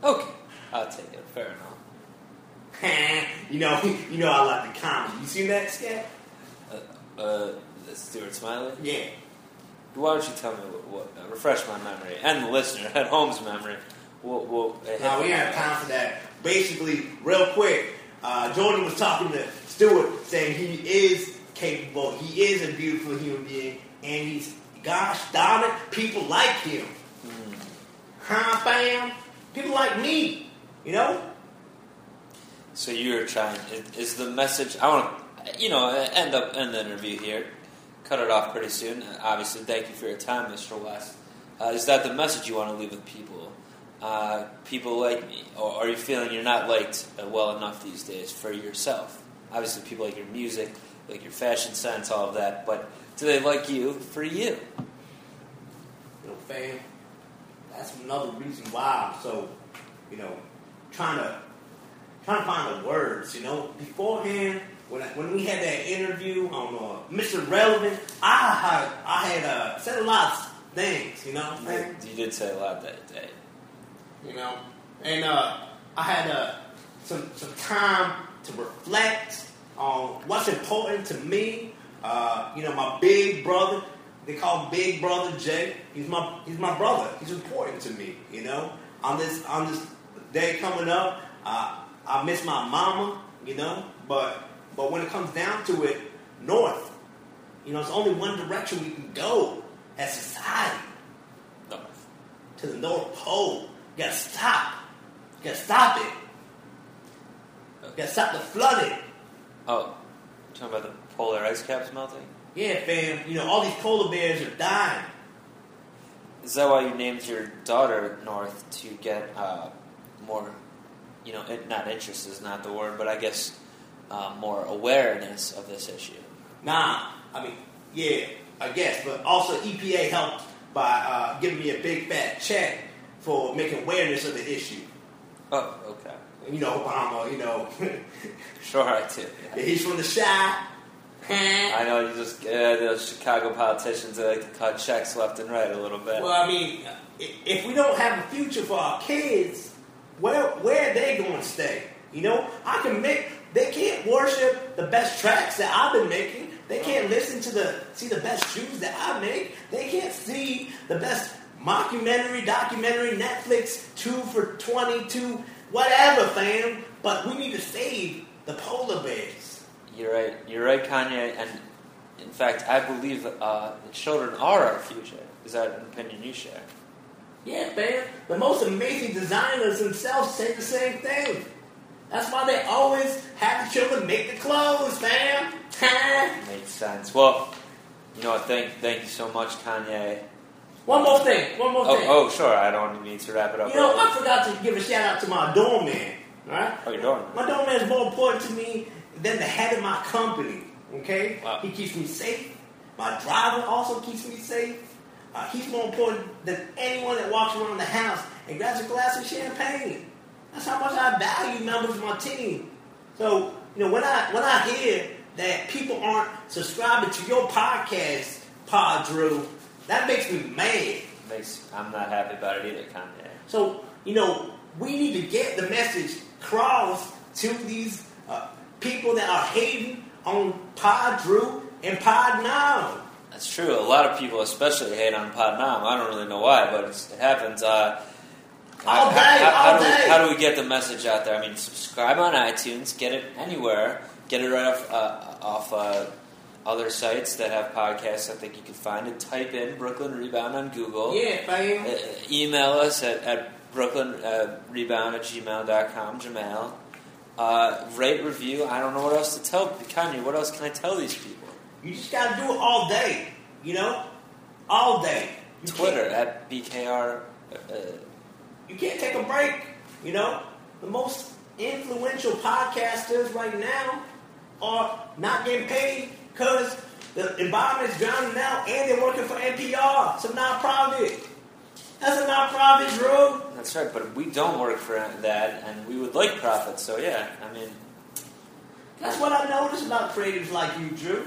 Okay. I'll take it. Fair enough. you know, you know I like the comedy. You seen that sketch? Uh, uh, Stuart Smiley? Yeah. Why don't you tell me what, what uh, refresh my memory and the listener at home's memory? What, what, uh, Now we have time for that. Basically, real quick, uh, Jordan was talking to Stewart, saying he is capable, he is a beautiful human being, and he's gosh darn it, people like him. Huh, fam? People like me, you know? So you're trying. is- Is the message? I want to, you know, end up end the interview here. Cut it off pretty soon. Uh, Obviously, thank you for your time, Mr. West. Uh, is that the message you want to leave with people? Uh, people like me, or are you feeling you're not liked uh, well enough these days for yourself? Obviously, people like your music, like your fashion sense, all of that. But do they like you for you? You know, fam, that's another reason why I'm so, you know, trying to trying to find the words. You know, beforehand when I, when we had that interview on uh, Mr. Relevant, I had I had uh, said a lot of things. You know, what I'm saying? You did say a lot that day. you know, and uh, I had uh, some some time to reflect on what's important to me. Uh, you know, my big brother, they call him Big Brother Jay. He's my he's my brother. He's important to me. You know, on this on this day coming up, uh, I miss my mama. You know, but but when it comes down to it, north. You know, it's only one direction we can go as society No. to the North Pole. You gotta stop. You gotta stop it. You gotta stop the flooding. Oh, you talking about the polar ice caps melting? Yeah, fam. You know, all these polar bears are dying. Is that why you named your daughter North to get uh, more, you know, it, not interest is not the word, but I guess uh, more awareness of this issue? Nah, I mean, yeah, I guess. But also, EPA helped by uh, giving me a big fat check for making awareness of the issue. Oh, okay. You know, Obama, you know, Sure, I do. he's from the shy. I know you just, uh, the Chicago politicians, they like to cut checks left and right a little bit. Well, I mean, i- if we don't have a future for our kids, where where are they going to stay? You know, I can make. They can't worship the best tracks that I've been making. They can't listen to the see the best shoes that I make. They can't see the best mockumentary, documentary, Netflix two for twenty two, whatever, fam. But we need to save the polar bears. You're right. You're right, Kanye. And in fact, I believe uh, the children are our future. Is that an opinion you share? Yeah, fam. The most amazing designers themselves say the same thing. That's why they always have the children make the clothes, fam. Makes sense. Well, you know, what, thank thank you so much, Kanye. One more thing. One more Oh, thing. oh, sure. I don't need to wrap it up. You know, I forgot to give a shout out to my doorman. All right, Oh, you're doing. my doorman is more important to me than the head of my company. Okay, Wow. he keeps me safe. My driver also keeps me safe. Uh, he's more important than anyone that walks around the house and grabs a glass of champagne. That's how much I value members of my team. So you know, when I when I hear that people aren't subscribing to your podcast, Pod Drew, that makes me mad. Makes, I'm not happy about it either, Kanye. So, you know, we need to get the message across to these uh, people that are hating on Pod Drew and Pod Now. That's true. A lot of people, especially, hate on Podnam. I don't really know why, but it's, it happens. Uh, All how, day, how- how all do we, day. how do we get the message out there? I mean, subscribe on iTunes, get it anywhere, get it right off uh, off uh, other sites that have podcasts. I think you can find it. Type in Brooklyn Rebound on Google. Yeah, Uh, fam. email us at, at Brooklyn uh, Rebound at gmail.com, Jamal. Uh, rate, review. I don't know what else to tell Kanye. What else can I tell these people? You just got to do it all day, you know? All day. You Twitter at BKR. Uh, Can't, you can't take a break, you know? The most influential podcasters right now are not getting paid because the environment is drowning out and they're working for NPR. It's a nonprofit. That's a nonprofit, Drew. that's right, but we don't work for that, and we would like profits. So yeah, I mean, That's what I noticed about creatives like you, Drew.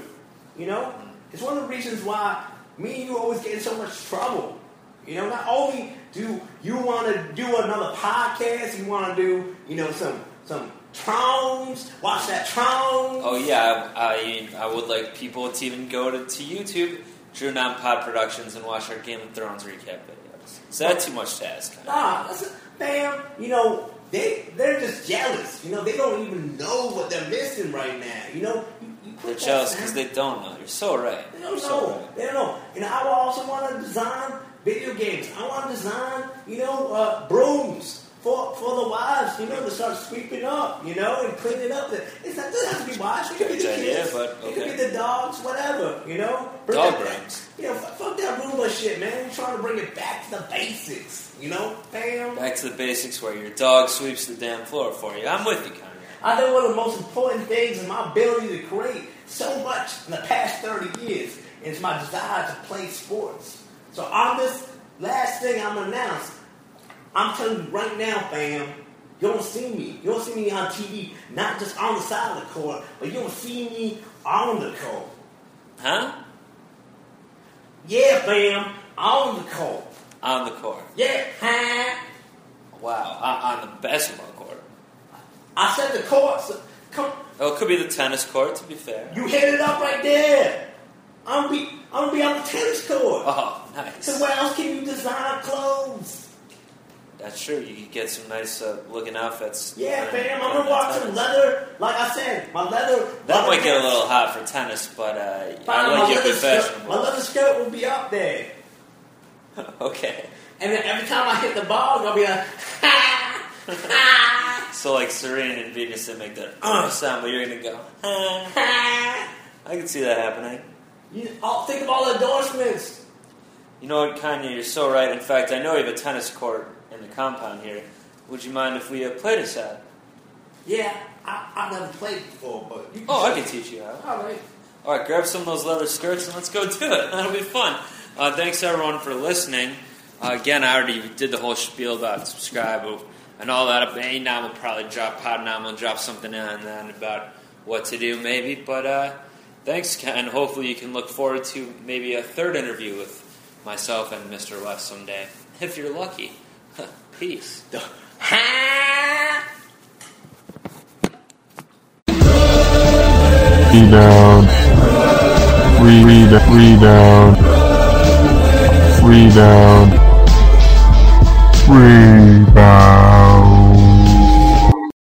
You know, it's one of the reasons why me and you always get in so much trouble. You know, not only do you want to do another podcast, you want to do, you know, some some trones, watch that trone. oh yeah, I, I would like people to even go to, to YouTube, Drew Non Pod Productions, and watch our Game of Thrones recap videos. Is that too much to ask? Kanye? Nah, that's a, man, you know, they they're just jealous. You know, they don't even know what they're missing right now. You know, you, you They're quit that jealous sound. because they don't know. You're so right. They You're don't so know. They don't know. And I also want to design video games. I want to design, you know, uh, brooms for for the wives, you know, to start sweeping up, you know, and cleaning up. It's not doesn't have to be wives. It could be the Strange idea, kids. but It could be okay. the dogs, whatever, you know. Bring Dog it back. brooms. You know, fuck fuck that Roomba shit, man. We're trying to bring it back to the basics, you know. Bam. Back to the basics where your dog sweeps the damn floor for you. I'm with you, Kanye. I think one of the most important things in my ability to create so much in the past 30 years is my desire to play sports. So on this last thing I'm announced, I'm telling you right now, fam, you don't see me. You don't see me on TV, not just on the side of the court, but you don't see me on the court. Huh? Yeah, fam, on the court. On the court. Yeah, huh? Wow. Uh, On, on the basketball court. I said the court. So come, Oh, it could be the tennis court. To be fair. you hit it up right there. I'm be, I'm gonna be on the tennis court. Oh, nice. So where else can you design clothes? That's true. You could get some nice uh, looking outfits. Yeah, And- fam, I'm and gonna rock tennis. some leather. Like I said, my leather. leather That might get a pants. little hot for tennis, but uh, Fine, I like my it leather skirt. My professional. leather skirt will be up there, Okay. and then every time I hit the ball, I'll be like, ha, ha, So like Serena and Venus, they make that uh, sound, but you're gonna go. "Huh." ha. I can see that happening. You, oh, think of all the endorsements. You know what, Kanye? You're so right. In fact, I know you have a tennis court in the compound here. Would you mind if we uh, played us out? Yeah, I, I've never played before, but you Oh, I can teach you how. all right. All right, grab some of those leather skirts and let's go do it. That'll be fun. Uh, thanks everyone for listening. Uh, again, I already did the whole spiel about subscribe and all that. Anom will probably drop Podnom will drop something on that about what to do maybe. But uh, thanks, Ken, and hopefully you can look forward to maybe a third interview with myself and Mr. West someday if you're lucky. Peace. Ha. Rebound. Re- re- rebound. Rebound. Rebound.